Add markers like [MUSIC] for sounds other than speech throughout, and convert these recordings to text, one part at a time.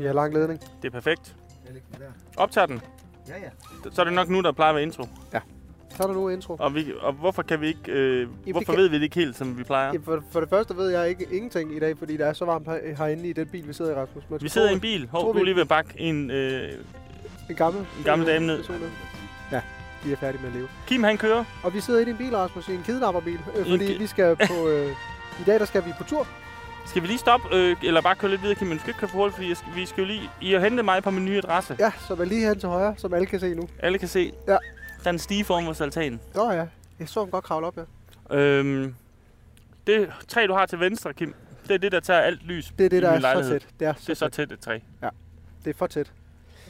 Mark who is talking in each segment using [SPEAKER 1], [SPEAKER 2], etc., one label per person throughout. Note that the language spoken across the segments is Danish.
[SPEAKER 1] øh, lang ledning.
[SPEAKER 2] Det er perfekt.
[SPEAKER 3] Jeg lægger den der.
[SPEAKER 2] Optag den.
[SPEAKER 3] Ja, ja.
[SPEAKER 2] Så er det nok nu, der plejer at være intro.
[SPEAKER 1] Så er der nu intro.
[SPEAKER 2] Og, vi, og hvorfor kan vi ikke... Øh, hvorfor
[SPEAKER 1] kan-
[SPEAKER 2] ved vi det ikke helt, som vi plejer?
[SPEAKER 1] Ja. For, for det første ved jeg ikke ingenting i dag, fordi det er så varmt her, herinde i den bil, vi sidder i, Rasmus. Man
[SPEAKER 2] Vi
[SPEAKER 1] skulle
[SPEAKER 2] sidder i
[SPEAKER 1] tro,
[SPEAKER 2] en bil. Hov,
[SPEAKER 1] tror
[SPEAKER 2] du
[SPEAKER 1] vi-
[SPEAKER 2] er lige ved at bakke en... Øh,
[SPEAKER 1] at en gammel,
[SPEAKER 2] en gammel
[SPEAKER 1] øh,
[SPEAKER 2] dame ned.
[SPEAKER 1] person er. Ja, de er færdige med at leve.
[SPEAKER 2] Kim, han kører.
[SPEAKER 1] Og vi sidder inde i en bil, Rasmus, i en kidnapperbil, øh,
[SPEAKER 2] En
[SPEAKER 1] fordi
[SPEAKER 2] ki-
[SPEAKER 1] vi skal på... Øh, I dag, der skal vi på tur.
[SPEAKER 2] Skal vi lige stoppe, øh, eller bare køre lidt videre, Kim? Men du skal ikke køre for hurtigt, fordi jeg skal, vi skal jo lige... I har hentet mig på min nye adresse.
[SPEAKER 1] Ja, som er lige hen til højre, som alle kan se nu.
[SPEAKER 2] Alle kan se.
[SPEAKER 1] Ja.
[SPEAKER 2] Der er en stige foran vores altan.
[SPEAKER 1] Nå ja, jeg så ham godt kravle op, ja.
[SPEAKER 2] Øhm, det træ, du har til venstre, Kim, det er det, der tager alt lys
[SPEAKER 1] Det er det,
[SPEAKER 2] i
[SPEAKER 1] der
[SPEAKER 2] min
[SPEAKER 1] er
[SPEAKER 2] lejlighed.
[SPEAKER 1] så tæt. Det er så,
[SPEAKER 2] Det er så
[SPEAKER 1] tæt.
[SPEAKER 2] tæt et træ.
[SPEAKER 1] Det er for tæt.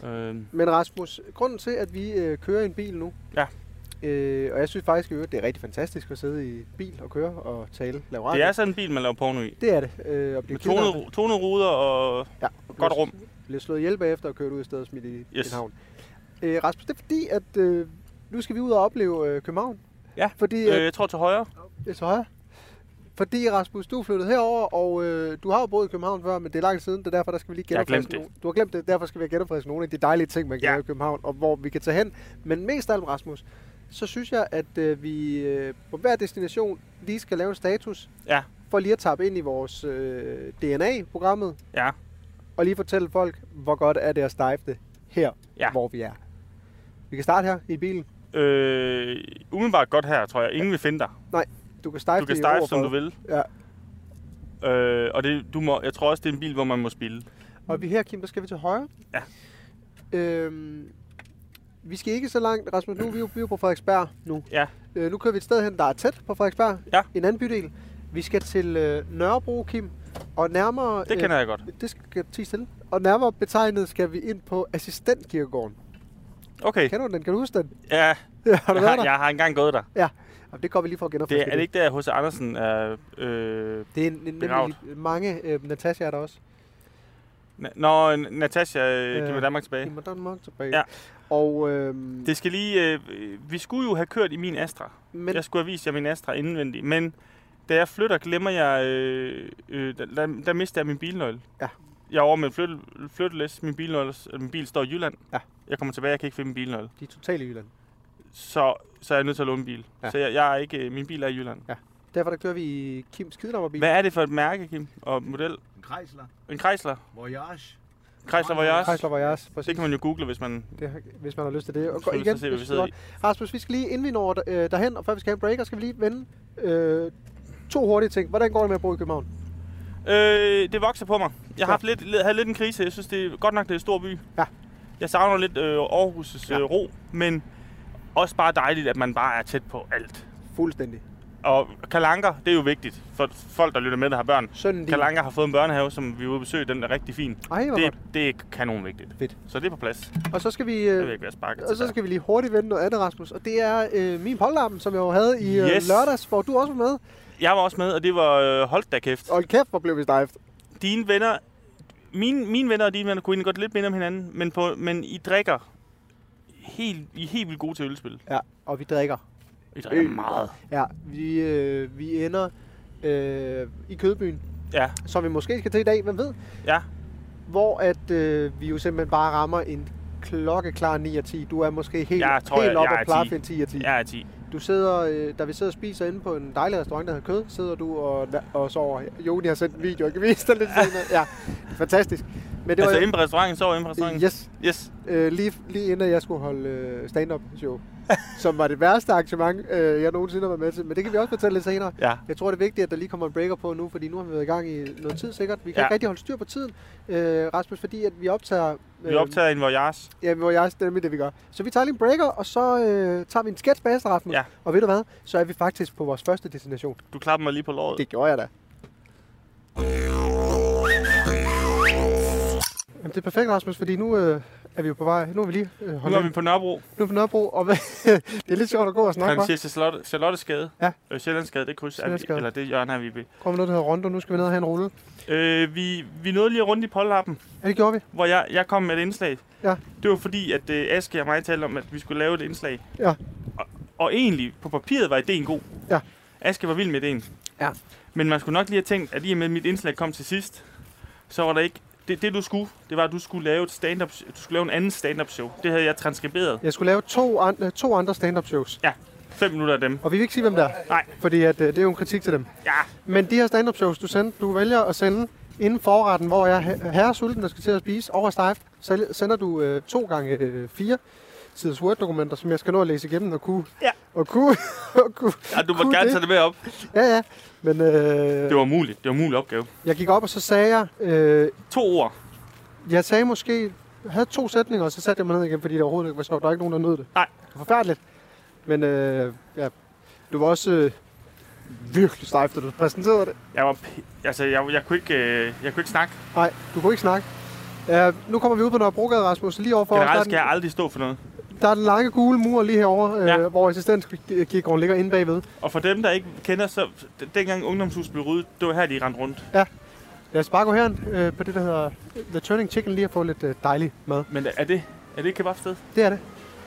[SPEAKER 2] Øhm,
[SPEAKER 1] Men Rasmus, grunden til, at vi øh, kører i en bil nu,
[SPEAKER 2] Ja.
[SPEAKER 1] øh, og jeg synes faktisk, i øvrigt, det er rigtig fantastisk at sidde i bil og køre og tale, lave radio.
[SPEAKER 2] det er sådan en bil, man laver porno i.
[SPEAKER 1] det, er det. Øh, og blive
[SPEAKER 2] Med tonede, tonede ruder og
[SPEAKER 1] Ja,
[SPEAKER 2] godt rum.
[SPEAKER 1] Bliver slået ihjel bagefter og kørt ud i stedet og smidt i yes.
[SPEAKER 2] Yes.
[SPEAKER 1] en havn. Øh, Rasmus, det er fordi, at øh, nu skal vi ud og opleve øh, København.
[SPEAKER 2] Ja,
[SPEAKER 1] Fordi,
[SPEAKER 2] Øh,
[SPEAKER 1] øh,
[SPEAKER 2] jeg tror til højre.
[SPEAKER 1] øh. Så højre. Fordi, Rasmus, du er flyttet herover, og øh, du har jo boet i København før, men det er langt siden, det er derfor, der skal vi lige
[SPEAKER 2] Jeg har
[SPEAKER 1] genopfriske
[SPEAKER 2] glemt det.
[SPEAKER 1] nogle- Du har glemt det, derfor skal vi have genopfrisket nogle af de dejlige ting, man kan
[SPEAKER 2] Ja.
[SPEAKER 1] ja. lave i København, og hvor vi kan tage hen. Men mest af alt, Rasmus, så synes jeg, at øh, vi øh, på hver destination lige skal lave en status,
[SPEAKER 2] Ja.
[SPEAKER 1] for lige at tappe ind i vores øh, DNA-programmet,
[SPEAKER 2] Ja.
[SPEAKER 1] og lige fortælle folk, hvor godt er det at stejfte her,
[SPEAKER 2] Ja.
[SPEAKER 1] ja. hvor vi er. Vi kan starte her i bilen.
[SPEAKER 2] Øh, umiddelbart godt her, tror jeg. Ingen vil finde dig.
[SPEAKER 1] Du kan stejfte
[SPEAKER 2] Du kan
[SPEAKER 1] i
[SPEAKER 2] starte, som
[SPEAKER 1] overfladen.
[SPEAKER 2] du vil.
[SPEAKER 1] Ja.
[SPEAKER 2] Øh, og det, du må, jeg tror også, det er en bil, hvor man må spille.
[SPEAKER 1] Og vi her, Kim, der skal vi til højre.
[SPEAKER 2] Ja.
[SPEAKER 1] Øhm, vi skal ikke så langt, Rasmus. Nu er vi jo, vi er jo på Frederiksberg nu.
[SPEAKER 2] Ja.
[SPEAKER 1] Øh, nu kører vi et sted hen, der er tæt på Frederiksberg.
[SPEAKER 2] Ja.
[SPEAKER 1] En anden bydel. Vi skal til øh, Nørrebro, Kim. Og nærmere...
[SPEAKER 2] Det kender jeg godt.
[SPEAKER 1] øh, det skal tige stille. Og nærmere betegnet skal vi ind på assistentkirkegården.
[SPEAKER 2] Okay.
[SPEAKER 1] Kender du den? Kan du huske den?
[SPEAKER 2] Ja,
[SPEAKER 1] har du
[SPEAKER 2] jeg,
[SPEAKER 1] været
[SPEAKER 2] har,
[SPEAKER 1] der?
[SPEAKER 2] jeg har engang gået der.
[SPEAKER 1] Jamen, det går vi lige for at
[SPEAKER 2] Det,
[SPEAKER 1] genopfriske.
[SPEAKER 2] er det ikke der, hos Andersen er... Øh,
[SPEAKER 1] Det er en, en,
[SPEAKER 2] Begravet.
[SPEAKER 1] nemlig mange. Øh, Natasha er der også.
[SPEAKER 2] na- når N- Natasha øh,
[SPEAKER 1] Øh,
[SPEAKER 2] giver mig Danmark tilbage.
[SPEAKER 1] Kim og Dan Monk tilbage.
[SPEAKER 2] Ja.
[SPEAKER 1] Og, øhm,
[SPEAKER 2] Det skal lige... Øh, øh, vi skulle jo have kørt i min Astra.
[SPEAKER 1] men,
[SPEAKER 2] Jeg skulle have vist jer min Astra indvendig, men da jeg flytter, glemmer jeg... Øh, øh, der, der, der mister jeg min bilnøgle.
[SPEAKER 1] Ja.
[SPEAKER 2] Jeg er over med flyt, flyttelæs. Min, bilnøgle, øh, min bil står i Jylland.
[SPEAKER 1] Ja.
[SPEAKER 2] Jeg kommer tilbage, jeg kan ikke finde min bilnøgle.
[SPEAKER 1] de er totalt i Jylland.
[SPEAKER 2] Så, så er jeg nødt til at låne en bil.
[SPEAKER 1] Ja.
[SPEAKER 2] Så jeg, jeg er ikke, øh, min bil er i Jylland.
[SPEAKER 1] Derfor der kører vi i Kims kidnapperbil.
[SPEAKER 2] Hvad er det for et mærke, Kim? Og model?
[SPEAKER 3] En Chrysler.
[SPEAKER 2] En Chrysler?
[SPEAKER 3] Voyage.
[SPEAKER 2] Chrysler Voyage?
[SPEAKER 1] Chrysler Voyage, præcis.
[SPEAKER 2] Det kan man jo google, hvis man
[SPEAKER 1] det, hvis man har lyst til det. Og gå
[SPEAKER 2] skulle
[SPEAKER 1] igen,
[SPEAKER 2] igen, se, hvad vi
[SPEAKER 1] hvis
[SPEAKER 2] sidder
[SPEAKER 1] du
[SPEAKER 2] i.
[SPEAKER 1] har- Rasmus, vi skal lige, inden vi når der, øh, derhen, og før vi skal have en breaker, skal vi lige vende øh, to hurtige ting. Hvordan går det med at bo i København?
[SPEAKER 2] Øh, det vokser på mig. Jeg
[SPEAKER 1] Ja.
[SPEAKER 2] har haft lidt, lidt- havde lidt en krise. Jeg synes, det er godt nok, det er en stor by.
[SPEAKER 1] Ja.
[SPEAKER 2] Jeg savner lidt øh, Aarhus'
[SPEAKER 1] Ja.
[SPEAKER 2] øh, ro, men også bare dejligt, at man bare er tæt på alt.
[SPEAKER 1] Fuldstændig.
[SPEAKER 2] Og kalanker, det er jo vigtigt for folk, der lytter med, der har børn.
[SPEAKER 1] Sønnen din.
[SPEAKER 2] Kalanker har fået en børnehave, som vi var ude at besøge. Den er rigtig fin.
[SPEAKER 1] Ej, hvor
[SPEAKER 2] Det,
[SPEAKER 1] godt.
[SPEAKER 2] det er kanon vigtigt.
[SPEAKER 1] Fedt.
[SPEAKER 2] Så det er på plads.
[SPEAKER 1] Og så skal vi...
[SPEAKER 2] Det vil jeg
[SPEAKER 1] Øh,
[SPEAKER 2] ikke være sparket
[SPEAKER 1] og så skal vi lige hurtigt vende noget andet, Rasmus. Og det er øh, min polterappen, som jeg jo havde i øh,
[SPEAKER 2] Yes.
[SPEAKER 1] lørdags, hvor du også var med.
[SPEAKER 2] Jeg var også med, og det var øh, holdt da kæft.
[SPEAKER 1] Og kæft, hvor blev vi stejft.
[SPEAKER 2] dine venner, mine, mine venner og dine venner kunne egentlig godt lidt minde om hinanden, men, på, men I drikker helt, I er helt vildt gode til ølspil.
[SPEAKER 1] Ja, og vi drikker.
[SPEAKER 2] I drikker
[SPEAKER 1] Øl.
[SPEAKER 2] meget.
[SPEAKER 1] Ja, vi, øh, vi ender øh, i Kødbyen,
[SPEAKER 2] Ja,
[SPEAKER 1] som vi måske skal til i dag, hvem ved?
[SPEAKER 2] ja.
[SPEAKER 1] Hvor at øh, vi jo simpelthen bare rammer en klokkeklar 9 og 10. Du er måske helt,
[SPEAKER 2] Jeg tror,
[SPEAKER 1] helt
[SPEAKER 2] jeg-
[SPEAKER 1] op
[SPEAKER 2] jeg er
[SPEAKER 1] og klar
[SPEAKER 2] 10.
[SPEAKER 1] for en 10 og 10.
[SPEAKER 2] Jeg er 10.
[SPEAKER 1] Du sidder, øh, da vi sidder og spiser inde på en dejlig restaurant, der hedder Kød, sidder du og, og sover. Joni har sendt en video, jeg kan vise dig lidt senere. Ja, fantastisk. Men
[SPEAKER 2] Det altså
[SPEAKER 1] jo-
[SPEAKER 2] inde på restauranten, så inde på restauranten.
[SPEAKER 1] Yes,
[SPEAKER 2] yes.
[SPEAKER 1] øh, lige, lige inden at jeg skulle holde øh, stand-up show, som var det værste arrangement, øh, jeg nogensinde har været med til. Men det kan vi også fortælle lidt senere.
[SPEAKER 2] Ja.
[SPEAKER 1] Jeg tror, det er vigtigt, at der lige kommer en breaker på nu, fordi nu har vi været i gang i noget tid sikkert. Vi kan
[SPEAKER 2] Ja.
[SPEAKER 1] ja. ikke rigtig holde styr på tiden, øh, Rasmus, fordi at vi optager... øh,
[SPEAKER 2] Vi optager en voyage.
[SPEAKER 1] Ja, hvor jeg stemmer det, vi gør. Så vi tager lige en breaker, og så øh, tager vi en sketch bagefter, Rasmus.
[SPEAKER 2] Ja.
[SPEAKER 1] Og ved du hvad? Så er vi faktisk på vores første destination.
[SPEAKER 2] Du klapper mig lige på låret.
[SPEAKER 1] Det gjorde jeg da. Jamen, det er perfekt, Rasmus, fordi nu øh, er vi jo på vej. Nu er vi lige øh,
[SPEAKER 2] Nu er
[SPEAKER 1] holdt
[SPEAKER 2] vi
[SPEAKER 1] vi...
[SPEAKER 2] på Nørrebro.
[SPEAKER 1] nu er vi på Nørrebro, og [LAUGHS] det er lidt sjovt at gå og snakke,
[SPEAKER 2] Han
[SPEAKER 1] hva'?
[SPEAKER 2] siger Charlotte, Charlottesgade.
[SPEAKER 1] Ja.
[SPEAKER 2] Øh, Sjællandsgade, det kryds. Er vi,
[SPEAKER 1] Sjællandsgade.
[SPEAKER 2] eller det hjørne er vi ved.
[SPEAKER 1] Kommer noget, der hedder Rondo. Nu skal vi ned og have en rulle.
[SPEAKER 2] Øh, vi, vi nåede lige rundt i polterappen,
[SPEAKER 1] Ja, det gjorde vi.
[SPEAKER 2] hvor jeg, jeg kom med et indslag.
[SPEAKER 1] Ja.
[SPEAKER 2] Det var fordi, at øh, Aske og mig talte om, at vi skulle lave et indslag.
[SPEAKER 1] Ja.
[SPEAKER 2] Og, og egentlig, på papiret var ideen god.
[SPEAKER 1] Ja.
[SPEAKER 2] Aske var vild med ideen.
[SPEAKER 1] Ja.
[SPEAKER 2] Men man skulle nok lige have tænkt, at i og med at mit indslag kom til sidst, så var der ikke det, det du skulle, det var, at du skulle lave, et stand-up, du skulle lave en anden stand-up show. Det havde jeg transkriberet.
[SPEAKER 1] Jeg skulle lave to, an- øh, to andre stand-up shows.
[SPEAKER 2] Ja, fem minutter af dem.
[SPEAKER 1] Og vi vil ikke sige, hvem der er.
[SPEAKER 2] Nej.
[SPEAKER 1] Fordi at, øh, det er jo en kritik til dem.
[SPEAKER 2] Ja,
[SPEAKER 1] Men de her stand-up shows, du, sender, du vælger at sende inden forretten, hvor jeg er herre sulten, der skal til at spise, over stejft, så sender du øh, to gange øh, fire siders Word-dokumenter, som jeg skal nå at læse igennem og kunne.
[SPEAKER 2] Ja.
[SPEAKER 1] Og kunne. [LAUGHS] og kunne.
[SPEAKER 2] ja du må
[SPEAKER 1] Kunne
[SPEAKER 2] gerne
[SPEAKER 1] det?
[SPEAKER 2] tage det med op.
[SPEAKER 1] Ja, ja. Men
[SPEAKER 2] Det
[SPEAKER 1] øh,
[SPEAKER 2] var umuligt. Det var en umulig opgave.
[SPEAKER 1] jeg gik op, og så sagde jeg, øh,
[SPEAKER 2] To ord.
[SPEAKER 1] jeg sagde måske, jeg havde to sætninger, og så satte jeg mig ned igen, fordi det overhovedet ikke var sjovt. Der var ikke nogen, der nød det.
[SPEAKER 2] Nej.
[SPEAKER 1] Det var forfærdeligt. Men øh, ja, du var også øh, virkelig stejft, da du præsenterede det.
[SPEAKER 2] Jeg var... P- altså, jeg, jeg, kunne ikke, øh, jeg kunne ikke snakke.
[SPEAKER 1] Nej, du kunne ikke snakke. Ja, nu kommer vi ud på Nørrebrogade, Rasmus, lige overfor. os, der er
[SPEAKER 2] Generelt
[SPEAKER 1] den-
[SPEAKER 2] skal jeg aldrig stå for noget.
[SPEAKER 1] Der er den lange gule mur lige herovre, ja.
[SPEAKER 2] Ja.
[SPEAKER 1] øh, hvor assistentgivgården ligger inde bagved.
[SPEAKER 2] Og for dem, der ikke kender, så d- dengang ungdomshuset blev ryddet, det var her, de rendte rundt.
[SPEAKER 1] Lad os bare gå herind øh, på det, der hedder The Turning Chicken, lige at få lidt øh, dejlig mad.
[SPEAKER 2] Men er det, er det et kebabsted?
[SPEAKER 1] Det er det.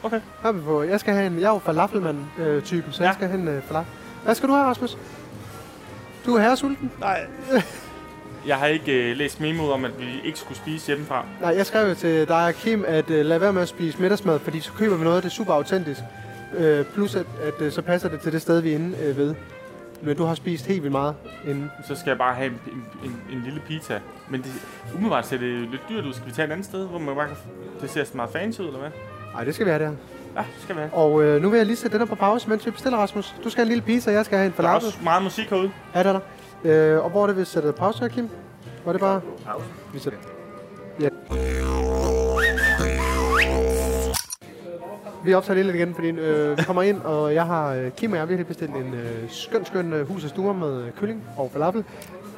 [SPEAKER 2] Okay.
[SPEAKER 1] Her er vi på. Jeg skal have en, jeg er jo falafelmand-typen, øh, typen, så ja.
[SPEAKER 2] Ja.
[SPEAKER 1] jeg skal have en øh, falafel. Hvad skal du have, Rasmus? Du er herresulten?
[SPEAKER 2] Nej. Jeg har ikke øh, læst memoet om, at vi ikke skulle spise hjemmefra.
[SPEAKER 1] Nej, jeg skrev jo til dig og Kim, at øh, lad være med at spise middagsmad, fordi så køber vi noget, det er super autentisk. Øh, plus, at, at øh, så passer det til det sted, vi er inde øh, ved. Men du har spist helt vildt meget inden.
[SPEAKER 2] Så skal jeg bare have en, en, en, en lille pizza. Men det, umiddelbart ser det jo lidt dyrt ud. Skal vi tage et andet sted, hvor man bare kan... f- Det ser sådan meget fancy ud, eller hvad?
[SPEAKER 1] Nej, det skal være der.
[SPEAKER 2] Ja, det skal vi have.
[SPEAKER 1] Og øh, nu vil jeg lige sætte den her på pause, mens vi bestiller, Rasmus. Du skal have en lille pizza, jeg skal have en
[SPEAKER 2] Der er
[SPEAKER 1] falafel.
[SPEAKER 2] også meget musik herude.
[SPEAKER 1] Ja, det er der. Øh, og hvor er det, vi sætter pause her, Kim? Var det bare...
[SPEAKER 2] Pause.
[SPEAKER 1] Vi sætter... Ja. Vi optager lige lidt igen, fordi øh, vi kommer ind, og jeg har, øh, Kim og jeg har virkelig bestilt en øh, skøn, skøn øh, hus og stuer med øh, kylling og falafel.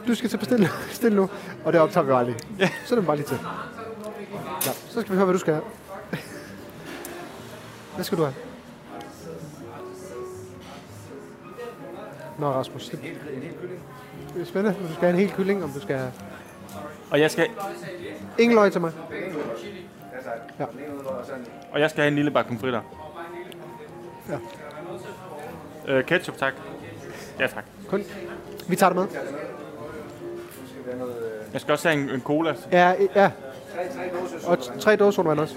[SPEAKER 1] Du skal til at bestille, [LAUGHS] bestille nu, og det optager vi bare lige. Ja. Så er det bare lige til. Ja, så skal vi høre, hvad du skal have. hvad skal du have? Nå, Rasmus. Det, det er spændende, om du skal have en hel kylling, om du skal have
[SPEAKER 2] Og jeg skal,
[SPEAKER 1] ingen løg til mig.
[SPEAKER 2] og jeg skal have en lille bakke pomfritter.
[SPEAKER 1] Ja.
[SPEAKER 2] Øh, ketchup, tak. Ja, tak.
[SPEAKER 1] Kun. Vi tager det med.
[SPEAKER 2] Jeg skal også have en, en cola.
[SPEAKER 1] Ja, øh, ja. Og t- tre dåser sodavand også.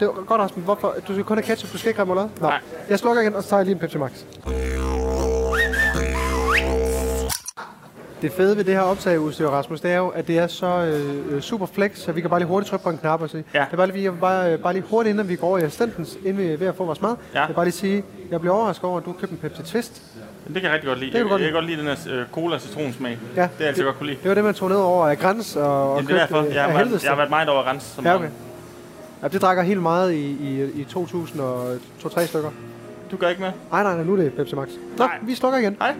[SPEAKER 1] Det var godt, Rasmus. Hvorfor? Du skal kun have ketchup, du skal ikke have remoulade? Nå.
[SPEAKER 2] Nej.
[SPEAKER 1] Jeg slukker igen, og så tager jeg lige en Pepsi Max. Det fede ved det her optageudstyr, Rasmus, det er jo, at det er så øh, øh, super flex, så vi kan bare lige hurtigt trykke på en knap og sige.
[SPEAKER 2] Ja.
[SPEAKER 1] Jeg vil bare lige, jeg vil bare, øh, bare lige hurtigt, inden vi går over i assistentens, inden vi er ved at få vores mad.
[SPEAKER 2] Ja.
[SPEAKER 1] Jeg vil bare lige sige, jeg bliver overrasket over, at du har købt en Pepsi Twist.
[SPEAKER 2] Det kan jeg rigtig godt lide.
[SPEAKER 1] kan
[SPEAKER 2] jeg,
[SPEAKER 1] du godt
[SPEAKER 2] jeg kan godt lide den her øh, cola-citronsmag. Ja, det
[SPEAKER 1] Ja,
[SPEAKER 2] er altid det, godt kunne lide.
[SPEAKER 1] Det var det, man tog ned over af græns og, og
[SPEAKER 2] Jamen, det er derfor.
[SPEAKER 1] øh,
[SPEAKER 2] Jeg
[SPEAKER 1] af
[SPEAKER 2] har, været,
[SPEAKER 1] helvedes
[SPEAKER 2] jeg har
[SPEAKER 1] til.
[SPEAKER 2] været meget over at rense. Som
[SPEAKER 1] Ja,
[SPEAKER 2] barn.
[SPEAKER 1] okay. Ja, det drikker helt meget i, i, i 2002-3 stykker.
[SPEAKER 2] Du gør ikke med?
[SPEAKER 1] Nej, nej, nej, nu er det Pepsi Max. Nå,
[SPEAKER 2] Nej.
[SPEAKER 1] vi slukker igen.
[SPEAKER 2] Hej.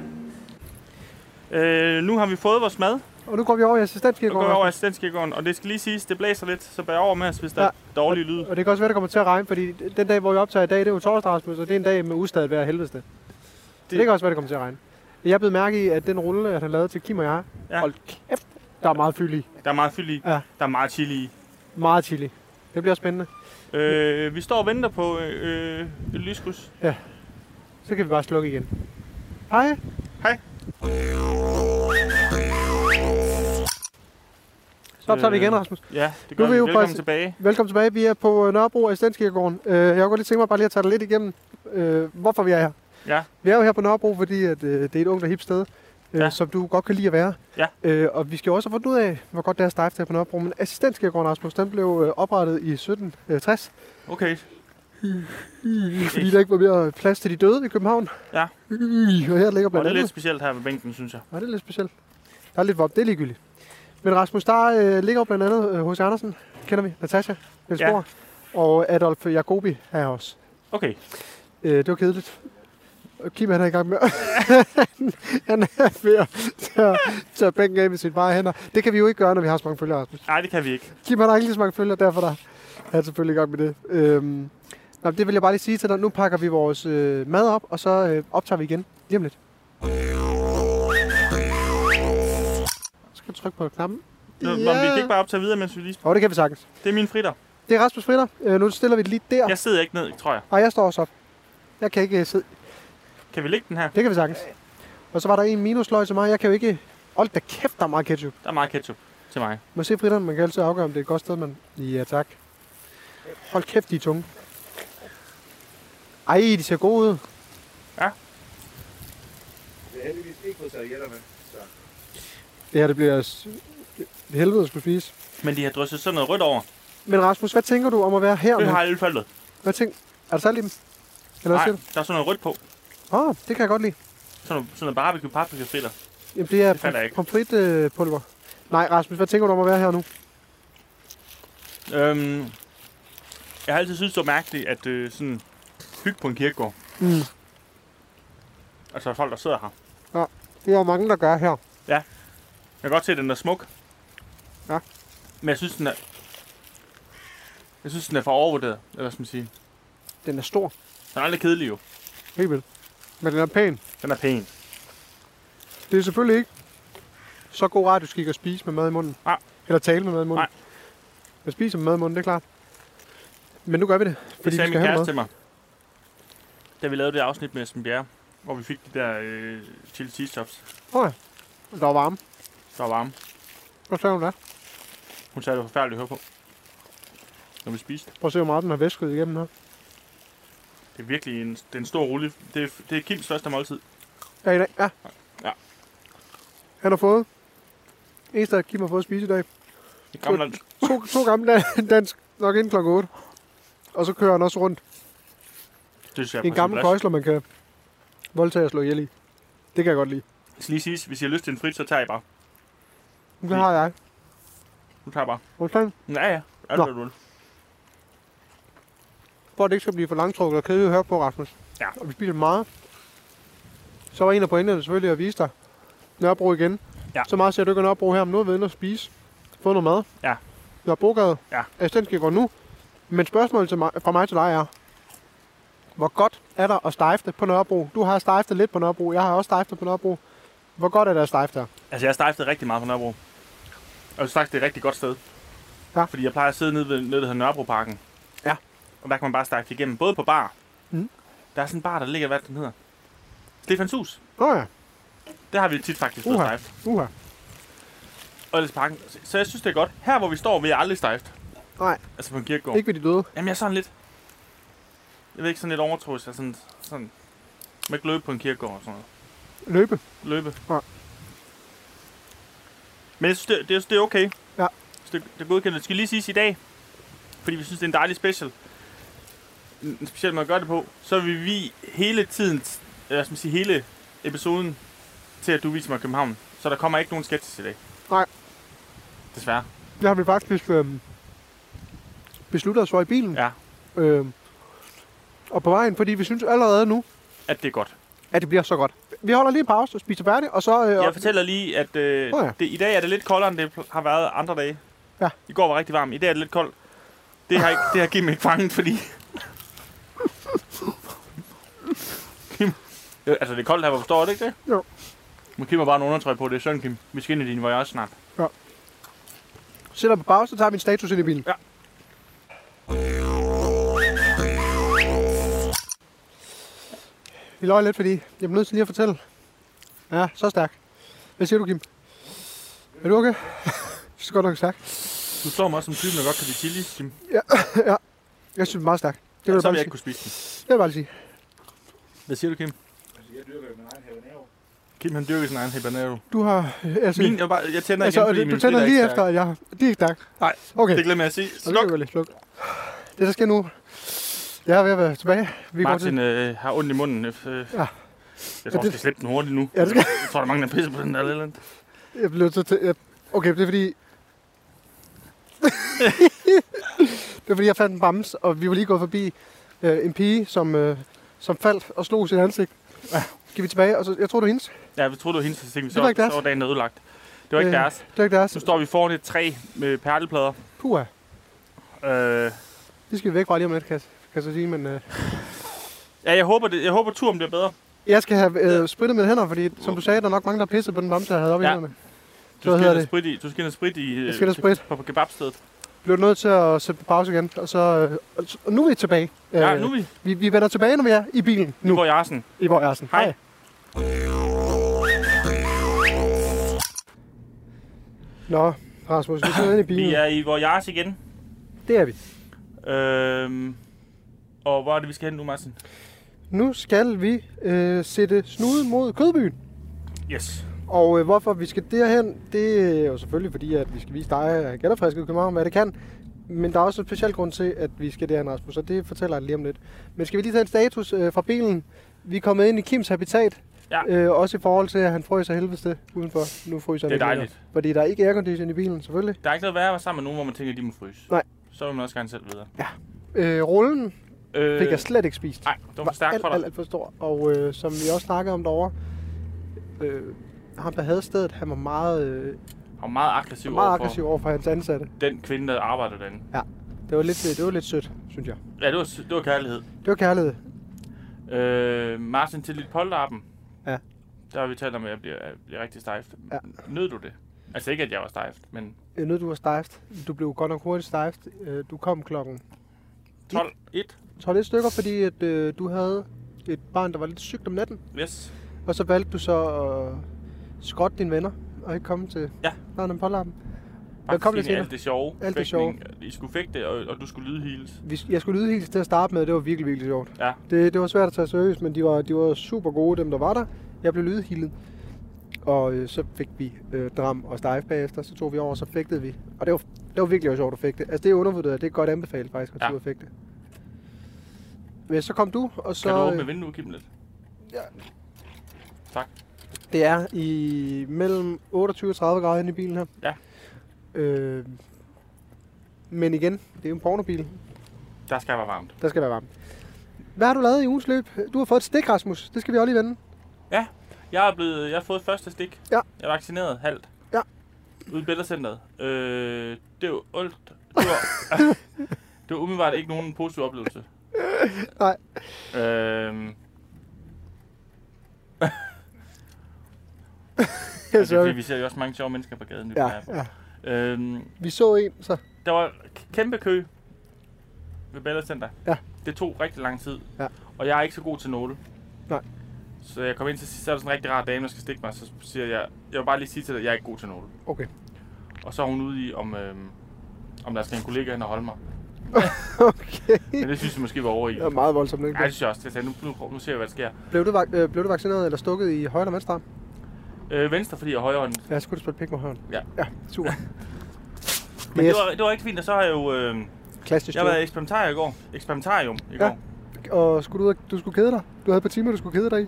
[SPEAKER 2] Øh, nu har vi fået vores mad.
[SPEAKER 1] Og nu går vi over i
[SPEAKER 2] Nu går vi
[SPEAKER 1] assistentskirkegården.
[SPEAKER 2] over assistentskirkegården, og det skal lige siges, det blæser lidt, så bær over med os, hvis der
[SPEAKER 1] Ja.
[SPEAKER 2] er dårlige lyde.
[SPEAKER 1] Og det kan også være, det kommer til at regne, fordi den dag, hvor vi optager i dag, det er jo torsdag, Rasmus, og det er en dag med ustadet hver helvedes det. Det kan også være, det kommer til at regne. Jeg blev mærke i, at den rulle, at han lavede til Kim og jeg,
[SPEAKER 2] Ja.
[SPEAKER 1] hold kæft, der er meget fyld i.
[SPEAKER 2] Der er meget fyld i.
[SPEAKER 1] Ja.
[SPEAKER 2] Der er meget chili i.
[SPEAKER 1] Meget chili. Det bliver spændende.
[SPEAKER 2] Øh, vi står og venter på øh, øh, et lyskryds.
[SPEAKER 1] Så kan vi bare slukke igen. Hej.
[SPEAKER 2] Hej.
[SPEAKER 1] Så optager vi igen,
[SPEAKER 2] Øh.
[SPEAKER 1] Rasmus.
[SPEAKER 2] Ja, det
[SPEAKER 1] Nu
[SPEAKER 2] gør
[SPEAKER 1] er
[SPEAKER 2] vi.
[SPEAKER 1] vi jo
[SPEAKER 2] Velkommen
[SPEAKER 1] faktisk-
[SPEAKER 2] tilbage.
[SPEAKER 1] Velkommen tilbage. Vi er på øh, Nørrebro Assistentskirkegården. Øh, Jeg kunne godt lige tænke mig bare lige at tage dig lidt igennem, øh, hvorfor vi er her.
[SPEAKER 2] Ja.
[SPEAKER 1] Vi er jo her på Nørrebro, fordi at, øh, det er et ungt og hip sted, øh,
[SPEAKER 2] Ja.
[SPEAKER 1] som du godt kan lide at være.
[SPEAKER 2] Ja.
[SPEAKER 1] Øh, Og vi skal jo også have fundet ud af, hvor godt det er stejft her på Nørrebro. Men Assistentskirkegården, Rasmus, den blev øh, oprettet i 1760,
[SPEAKER 2] Okay.
[SPEAKER 1] fordi der ikke var mere plads til de døde i København.
[SPEAKER 2] Ja.
[SPEAKER 1] Og her ligger
[SPEAKER 2] Og
[SPEAKER 1] blandt
[SPEAKER 2] det er
[SPEAKER 1] andet...
[SPEAKER 2] lidt specielt her ved bænken, synes jeg.
[SPEAKER 1] Ja, det er lidt specielt. Der er lidt vop, det er ligegyldigt. Men Rasmus, der øh, ligger jo blandt andet øh, hos Andersen, kender vi, Natasha, Niels
[SPEAKER 2] Ja.
[SPEAKER 1] ja. og Adolf Jacobi er her også.
[SPEAKER 2] Okay.
[SPEAKER 1] Øh, det var kedeligt. Og Kim han er i gang med [LAUGHS] han er ved at [LAUGHS] tage, tage bænken af med sine bare hænder. Det kan vi jo ikke gøre, når vi har så mange følgere, Rasmus.
[SPEAKER 2] Nej, det kan vi ikke.
[SPEAKER 1] Kim han har ikke lige så mange følgere, derfor der er han selvfølgelig i gang med det. Øhm, nå, men det vil jeg bare lige sige til dig. Nu pakker vi vores øh, mad op, og så øh, optager vi igen lige om lidt. Så kan du trykke på knappen.
[SPEAKER 2] Nå, yeah. Vi kan ikke bare optage videre, mens vi lige...
[SPEAKER 1] Åh, det kan vi sagtens.
[SPEAKER 2] Det er min fritter.
[SPEAKER 1] Det er Rasmus Fritter. Øh, nu stiller vi det lige der.
[SPEAKER 2] Jeg sidder ikke ned, tror jeg.
[SPEAKER 1] Og jeg står også op. Jeg kan ikke øh, sidde.
[SPEAKER 2] Kan vi lægge den her?
[SPEAKER 1] Det kan vi
[SPEAKER 2] Øh.
[SPEAKER 1] sagtens. Og så var der en minusløg til mig. Jeg kan jo ikke... Hold da kæft, der er meget ketchup.
[SPEAKER 2] Der er meget ketchup. til mig.
[SPEAKER 1] Man ser fritterne, man kan altid afgøre, om det er et godt sted, man... Ja, tak. Hold kæft, de er tunge. Ej, de ser gode ud.
[SPEAKER 3] Det er heldigvis ikke på servietter, men... Så.
[SPEAKER 1] Det her, det bliver s- helvede at skulle spise.
[SPEAKER 2] Men de har drysset sådan noget rødt over.
[SPEAKER 1] Men Rasmus, hvad tænker du om at være her?
[SPEAKER 2] Det
[SPEAKER 1] nu?
[SPEAKER 2] har jeg i hvert fald.
[SPEAKER 1] Hvad tænker... Er der salt i dem? Eller hvad
[SPEAKER 2] Nej,
[SPEAKER 1] siger du?
[SPEAKER 2] der er sådan noget rødt på.
[SPEAKER 1] Åh, oh, det kan jeg godt lide.
[SPEAKER 2] Sådan noget, sådan noget barbecue, paprika fritter.
[SPEAKER 1] Jamen, det er
[SPEAKER 2] Det falder ikke.
[SPEAKER 1] pomfritpulver. Nej, Rasmus, hvad tænker du om at være her nu?
[SPEAKER 2] Øhm, jeg har altid syntes, det var mærkeligt, at øh, sådan hygge på en kirkegård.
[SPEAKER 1] Mm.
[SPEAKER 2] Altså folk, der sidder her.
[SPEAKER 1] Det er jo mange, der gør her.
[SPEAKER 2] Jeg kan godt se, at den er smuk.
[SPEAKER 1] Ja.
[SPEAKER 2] Men jeg synes, den er... Jeg synes, den er for overvurderet, eller hvad skal man sige.
[SPEAKER 1] Den er stor.
[SPEAKER 2] Den er aldrig kedelig jo.
[SPEAKER 1] Helt vildt. Men den er pæn.
[SPEAKER 2] Den er pæn.
[SPEAKER 1] Det er selvfølgelig ikke så god radioskik at spise med mad i munden.
[SPEAKER 2] Nej.
[SPEAKER 1] Eller tale med mad i munden.
[SPEAKER 2] Nej.
[SPEAKER 1] Men spise med mad i munden, det er klart. Men nu gør vi det,
[SPEAKER 2] Det
[SPEAKER 1] fordi vi
[SPEAKER 2] sagde
[SPEAKER 1] skal
[SPEAKER 2] min
[SPEAKER 1] have
[SPEAKER 2] kæreste
[SPEAKER 1] noget.
[SPEAKER 2] til mig, da vi lavede det afsnit med Esben Bjerre, hvor vi fik de der øh, chili cheese tops,
[SPEAKER 1] Der er varme.
[SPEAKER 2] der var varme.
[SPEAKER 1] Hvad sagde hun der?
[SPEAKER 2] Hun sagde, det var forfærdeligt at høre på, når vi spiste.
[SPEAKER 1] Prøv at se, hvor meget den har væsket igennem her.
[SPEAKER 2] Det er virkelig en, det er en stor rulle. Det er, det er Kims første måltid.
[SPEAKER 1] Ja, i dag. Ja.
[SPEAKER 2] Ja.
[SPEAKER 1] Han har fået. Eneste, at Kim har fået at spise i dag.
[SPEAKER 2] Det gamle land.
[SPEAKER 1] To, to gamle dan- dansk, nok inden klokken 8. Og så kører han også rundt.
[SPEAKER 2] Det synes jeg er
[SPEAKER 1] en
[SPEAKER 2] på sin
[SPEAKER 1] gammel
[SPEAKER 2] plads.
[SPEAKER 1] køjsler, man kan voldtage og slå ihjel i. Det kan jeg godt lide.
[SPEAKER 2] Det skal lige siges, hvis I har lyst til en frit, så tager I bare.
[SPEAKER 1] Det har jeg.
[SPEAKER 2] Du tager bare.
[SPEAKER 1] Hvordan?
[SPEAKER 2] Ja, ja. Alt,
[SPEAKER 1] Nå.
[SPEAKER 2] hvad du vil.
[SPEAKER 1] For at det ikke skal blive for langtrukket og kedeligt at høre på, Rasmus.
[SPEAKER 2] Ja.
[SPEAKER 1] Og vi spiser meget. Så var en af pointerne selvfølgelig at vise dig Nørrebro igen.
[SPEAKER 2] Ja.
[SPEAKER 1] Så meget ser du ikke at Nørrebro her, men nu er vi inde og spise. Få noget mad.
[SPEAKER 2] Ja.
[SPEAKER 1] Nørrebrogade.
[SPEAKER 2] Ja.
[SPEAKER 1] Assistenten går nu. Men spørgsmålet til mig, fra mig til dig er, hvor godt er der at stejfte på Nørrebro? Du har stejftet lidt på Nørrebro, jeg har også stejftet på Nørrebro. Hvor godt er der at stejfte her?
[SPEAKER 2] Altså, jeg har stejftet rigtig meget på Nørrebro. Og jeg synes faktisk, det er et rigtig godt sted.
[SPEAKER 1] Ja.
[SPEAKER 2] Fordi jeg plejer at sidde nede ved noget, der hedder Nørrebroparken.
[SPEAKER 1] Ja.
[SPEAKER 2] Og der kan man bare stejfte igennem, både på bar.
[SPEAKER 1] Mhm.
[SPEAKER 2] Der er sådan en bar, der ligger, hvad den hedder. Stefans Hus.
[SPEAKER 1] Nå ja,
[SPEAKER 2] Det har vi tit faktisk fået
[SPEAKER 1] Uha.
[SPEAKER 2] stejft.
[SPEAKER 1] uha.
[SPEAKER 2] Og ellers parken. Så- Så jeg synes, det er godt. Her, hvor vi står, vil jeg aldrig stejft.
[SPEAKER 1] Nej.
[SPEAKER 2] Altså på en kirkegård.
[SPEAKER 1] Ikke ved de døde.
[SPEAKER 2] Jamen, jeg er sådan lidt... Jeg ved ikke, sådan lidt overtroisk. Jeg er sådan, sådan... Man kan løbe på en kirkegård og sådan noget.
[SPEAKER 1] Løbe.
[SPEAKER 2] løbe.
[SPEAKER 1] Ja.
[SPEAKER 2] Men jeg synes, det, det, jeg synes, det er okay.
[SPEAKER 1] Ja.
[SPEAKER 2] Så det, det er godkendt. Det skal lige siges i dag, fordi vi synes, det er en dejlig special. En speciel måde at gøre det på. Så vil vi hele tiden, øh, hvad skal man sige, hele episoden til, at du viser mig København. Så der kommer ikke nogen sketches i dag.
[SPEAKER 1] Nej.
[SPEAKER 2] Desværre.
[SPEAKER 1] Det har vi faktisk øhm, besluttet os for i bilen.
[SPEAKER 2] Ja.
[SPEAKER 1] Øhm, og på vejen, fordi vi synes allerede nu,
[SPEAKER 2] At det er godt.
[SPEAKER 1] at det bliver så godt. Vi holder lige en pause og spiser færdig, og så... Øh,
[SPEAKER 2] Jeg fortæller lige, at øh,
[SPEAKER 1] Nå ja.
[SPEAKER 2] det, i dag er det lidt koldere, end det pl- har været andre dage.
[SPEAKER 1] Ja.
[SPEAKER 2] I går var rigtig varmt. I dag er det lidt koldt. Det har, ikke, det har Kim ikke fanget, fordi... Kim... Ja, Altså, det er koldt her, hvor forstår det ikke det?
[SPEAKER 1] Jo.
[SPEAKER 2] Men Kim har bare en undertrøj på. Det er sådan, Kim. Vi skal ind i din voyage snart.
[SPEAKER 1] sætter på pause, og tager min status ind i bilen.
[SPEAKER 2] Ja.
[SPEAKER 1] Vi løg lidt, fordi jeg er nødt til lige at fortælle. Ja, så stærk. Hvad siger du, Kim? Er du okay? [LAUGHS] Jeg synes godt nok stærk.
[SPEAKER 2] Du slår mig også som typen, der godt kan lide chili, Kim.
[SPEAKER 1] Jeg synes, det er meget stærk. Det vil
[SPEAKER 2] Ja,
[SPEAKER 1] jeg
[SPEAKER 2] så
[SPEAKER 1] bare
[SPEAKER 2] vil
[SPEAKER 1] lige
[SPEAKER 2] jeg ikke
[SPEAKER 1] sige.
[SPEAKER 2] kunne spise den.
[SPEAKER 1] Det vil jeg bare lige sige.
[SPEAKER 2] Hvad siger du, Kim?
[SPEAKER 3] Altså, jeg dyrker jo min egen habanero.
[SPEAKER 2] Kim, han dyrker sin egen habanero.
[SPEAKER 1] Du har... Altså,
[SPEAKER 2] Min, jeg, bare, jeg tænder
[SPEAKER 1] altså,
[SPEAKER 2] igen, fordi
[SPEAKER 1] du
[SPEAKER 2] min
[SPEAKER 1] tænder
[SPEAKER 2] sprit er
[SPEAKER 1] lige
[SPEAKER 2] ikke
[SPEAKER 1] efter,
[SPEAKER 2] stærk.
[SPEAKER 1] at jeg... Det er ikke stærk.
[SPEAKER 2] Nej,
[SPEAKER 1] Okay.
[SPEAKER 2] Det glemmer jeg at sige.
[SPEAKER 1] Sluk.
[SPEAKER 2] Sluk.
[SPEAKER 1] Det, lige sluk. det der sker nu, jeg er ved at være tilbage. Vi går til...
[SPEAKER 2] Martin øh, har ondt i munden. Øh,
[SPEAKER 1] Ja.
[SPEAKER 2] øh. Jeg tror,
[SPEAKER 1] det-
[SPEAKER 2] jeg skal slippe den hurtigt nu.
[SPEAKER 1] Ja, det skal-
[SPEAKER 2] Jeg tror, der er mange, der pisser på den der eller et eller andet.
[SPEAKER 1] Jeg blev så til... Jeg... Okay, det er fordi...
[SPEAKER 2] [LAUGHS]
[SPEAKER 1] det er fordi, jeg fandt en bams, og vi var lige gået forbi øh, en pige, som, øh, som faldt og slog sit ansigt. Skal vi tilbage? Og så, jeg tror, det var hendes.
[SPEAKER 2] Ja, vi troede, det var hendes, så tænkte vi,
[SPEAKER 1] Det var
[SPEAKER 2] så,
[SPEAKER 1] ikke deres.
[SPEAKER 2] så var dagen ødelagt. Det var ikke
[SPEAKER 1] Øh.
[SPEAKER 2] deres.
[SPEAKER 1] Det er ikke deres.
[SPEAKER 2] Nu står vi foran et træ med perleplader.
[SPEAKER 1] Puha.
[SPEAKER 2] Øh,
[SPEAKER 1] Det skal vi væk fra lige om lidt, kan jeg, kan jeg så sige. Men, øh,
[SPEAKER 2] ja, jeg håber, det, jeg håber turen bliver bedre.
[SPEAKER 1] jeg skal have øh, sprittet mine hænder, fordi som du sagde, der er nok mange, der har pisset på den bamse, jeg havde oppe i
[SPEAKER 2] Ja.
[SPEAKER 1] hænderne.
[SPEAKER 2] Du
[SPEAKER 1] Hvad
[SPEAKER 2] skal,
[SPEAKER 1] hedder
[SPEAKER 2] have
[SPEAKER 1] det?
[SPEAKER 2] sprit i, du skal have sprit i øh,
[SPEAKER 1] Jeg skal have sprit.
[SPEAKER 2] på, på kebabstedet.
[SPEAKER 1] Blev nødt til at sætte på pause igen, og så... Øh, og så- og nu er vi tilbage.
[SPEAKER 2] Ja,
[SPEAKER 1] Øh,
[SPEAKER 2] nu er vi.
[SPEAKER 1] Vi, vi vender tilbage, når vi er i bilen
[SPEAKER 2] Nu
[SPEAKER 1] nu,
[SPEAKER 2] går Jarsen.
[SPEAKER 1] i Borgersen.
[SPEAKER 2] Hej.
[SPEAKER 1] Nå, Rasmus, vi sidder inde i bilen.
[SPEAKER 2] Vi er i Voyage igen.
[SPEAKER 1] Det er vi.
[SPEAKER 2] Øhm, og hvor er det, vi skal hen nu, Martin?
[SPEAKER 1] Nu skal vi øh, sætte snuden mod kødbyen.
[SPEAKER 2] Yes.
[SPEAKER 1] Og øh, hvorfor vi skal derhen, det er jo selvfølgelig fordi, at vi skal vise dig at genopfriske København, hvad det kan. Men der er også en speciel grund til, at vi skal derhen, Rasmus, og det fortæller jeg lige om lidt. Men skal vi lige tage en status øh, fra bilen? Vi er kommet ind i Kims habitat,
[SPEAKER 2] Ja.
[SPEAKER 1] øh, også i forhold til, at han frøs af helvedes til udenfor. Nu fryser han
[SPEAKER 2] Det er
[SPEAKER 1] ikke længere.
[SPEAKER 2] dejligt.
[SPEAKER 1] Fordi der er ikke aircondition i bilen, selvfølgelig.
[SPEAKER 2] Der er ikke noget værre at være sammen med nogen, hvor man tænker, at de må fryse.
[SPEAKER 1] Nej.
[SPEAKER 2] Så vil man også gerne selv videre.
[SPEAKER 1] Øh, rullen
[SPEAKER 2] Øh,
[SPEAKER 1] fik jeg slet ikke spist.
[SPEAKER 2] Nej, det var for stærkt
[SPEAKER 1] alt,
[SPEAKER 2] for dig.
[SPEAKER 1] alt, alt for stor. Og øh, som vi også snakkede om derovre, øh, ham der havde stedet, han var meget, øh,
[SPEAKER 2] Han var meget aggressiv
[SPEAKER 1] meget
[SPEAKER 2] overfor
[SPEAKER 1] aggressiv over for hans ansatte.
[SPEAKER 2] den kvinde, der arbejder derinde.
[SPEAKER 1] Det var lidt, øh, det var lidt sødt, synes jeg.
[SPEAKER 2] Ja, det var, det var kærlighed.
[SPEAKER 1] Det var kærlighed.
[SPEAKER 2] Øh, Martin til lidt polterappen.
[SPEAKER 1] Ja.
[SPEAKER 2] Der har vi talt om, at jeg bliver, jeg bliver rigtig stejft.
[SPEAKER 1] Ja.
[SPEAKER 2] Nød du det? Altså ikke, at jeg var stejft, men
[SPEAKER 1] Jeg nød, du var stejft. Du blev godt nok hurtigt stejft. Øh, du kom klokken
[SPEAKER 2] 12, 1,
[SPEAKER 1] 12 stykker, fordi at, øh, du havde et barn, der var lidt sygt om natten.
[SPEAKER 2] yes.
[SPEAKER 1] Og så valgte du så at øh, skrotte dine venner og ikke komme til
[SPEAKER 2] Ja.
[SPEAKER 1] barnet på larmen.
[SPEAKER 2] Faktisk
[SPEAKER 1] kom lidt
[SPEAKER 2] egentlig
[SPEAKER 1] senere.
[SPEAKER 2] alt det sjove.
[SPEAKER 1] Alt det sjove.
[SPEAKER 2] Fægtning. I skulle fægte, og, og du skulle lyde heels.
[SPEAKER 1] Jeg skulle lyde helt til at starte med, det var virkelig, virkelig sjovt.
[SPEAKER 2] Ja.
[SPEAKER 1] Det, det var svært at tage seriøst, men de var, de var super gode, dem der var der. Jeg blev lydhildet. Og øh, så fik vi øh, dram og stejf bagefter, så tog vi over, og så fægtede vi. Og det var, det var virkelig også sjovt at fægte. Altså det er undervurderet, det er godt anbefalet faktisk at
[SPEAKER 2] Ja.
[SPEAKER 1] tage ud og fægte. Men så kom du, og så...
[SPEAKER 2] Kan du
[SPEAKER 1] øh,
[SPEAKER 2] åbne vinduet, Kim, lidt?
[SPEAKER 1] Ja.
[SPEAKER 2] Tak.
[SPEAKER 1] Det er i mellem 28 og 30 grader inde i bilen her.
[SPEAKER 2] Ja.
[SPEAKER 1] Øh, men igen, det er jo en pornobil.
[SPEAKER 2] Der skal være varmt.
[SPEAKER 1] Der skal være varmt. Hvad har du lavet i ugens løb? Du har fået et stik, Rasmus. Det skal vi også lige vende.
[SPEAKER 2] Jeg er blevet, jeg har fået første stik.
[SPEAKER 1] Ja.
[SPEAKER 2] Jeg er vaccineret halvt.
[SPEAKER 1] Ja.
[SPEAKER 2] Ude i Bællercenteret. Øh, det var ondt. Det var,
[SPEAKER 1] [LAUGHS]
[SPEAKER 2] det var umiddelbart ikke nogen positiv oplevelse.
[SPEAKER 1] Nej. [LAUGHS]
[SPEAKER 2] Øhm,
[SPEAKER 1] Ja,
[SPEAKER 2] det er, fordi, vi ser jo også mange sjove mennesker på gaden.
[SPEAKER 1] Ja,
[SPEAKER 2] Ja.
[SPEAKER 1] ja.
[SPEAKER 2] Øhm,
[SPEAKER 1] Vi så en, så
[SPEAKER 2] der var k- kæmpe kø ved Bellacenter.
[SPEAKER 1] Ja.
[SPEAKER 2] Det tog rigtig lang tid.
[SPEAKER 1] Ja.
[SPEAKER 2] Og jeg er ikke så god til nåle.
[SPEAKER 1] Nej.
[SPEAKER 2] Så jeg kom ind til sidst, så er der sådan en rigtig rar dame, der skal stikke mig, så siger jeg, jeg vil bare lige sige til dig, at jeg er ikke god til nåle.
[SPEAKER 1] Okay. [LAUGHS]
[SPEAKER 2] Og så er hun ude i, om, øhm, om der skal en kollega hen og holde mig.
[SPEAKER 1] Okay.
[SPEAKER 2] Men det synes jeg måske var over i.
[SPEAKER 1] Det var meget voldsomt.
[SPEAKER 2] Ej, det
[SPEAKER 1] Ikke?
[SPEAKER 2] synes jeg også. Jeg sagde, nu, nu, nu ser jeg, hvad der sker.
[SPEAKER 1] Blev, du, vac- øh, blev du vaccineret eller stukket i højre eller venstre arm?
[SPEAKER 2] Øh, venstre, fordi jeg er højrehåndet.
[SPEAKER 1] Ja, så kunne du spille pik med højre.
[SPEAKER 2] Ja.
[SPEAKER 1] Ja,
[SPEAKER 2] [LAUGHS]
[SPEAKER 1] super.
[SPEAKER 2] Men
[SPEAKER 1] yes,
[SPEAKER 2] det, var, det var rigtig fint, og så har jeg jo... Øh,
[SPEAKER 1] klassisk
[SPEAKER 2] jeg har været
[SPEAKER 1] var...
[SPEAKER 2] i eksperimentarium i går. Eksperimentarium i
[SPEAKER 1] Ja.
[SPEAKER 2] går.
[SPEAKER 1] Og skulle du, ud og- du skulle kede dig. Du havde et par timer, du skulle kede dig i.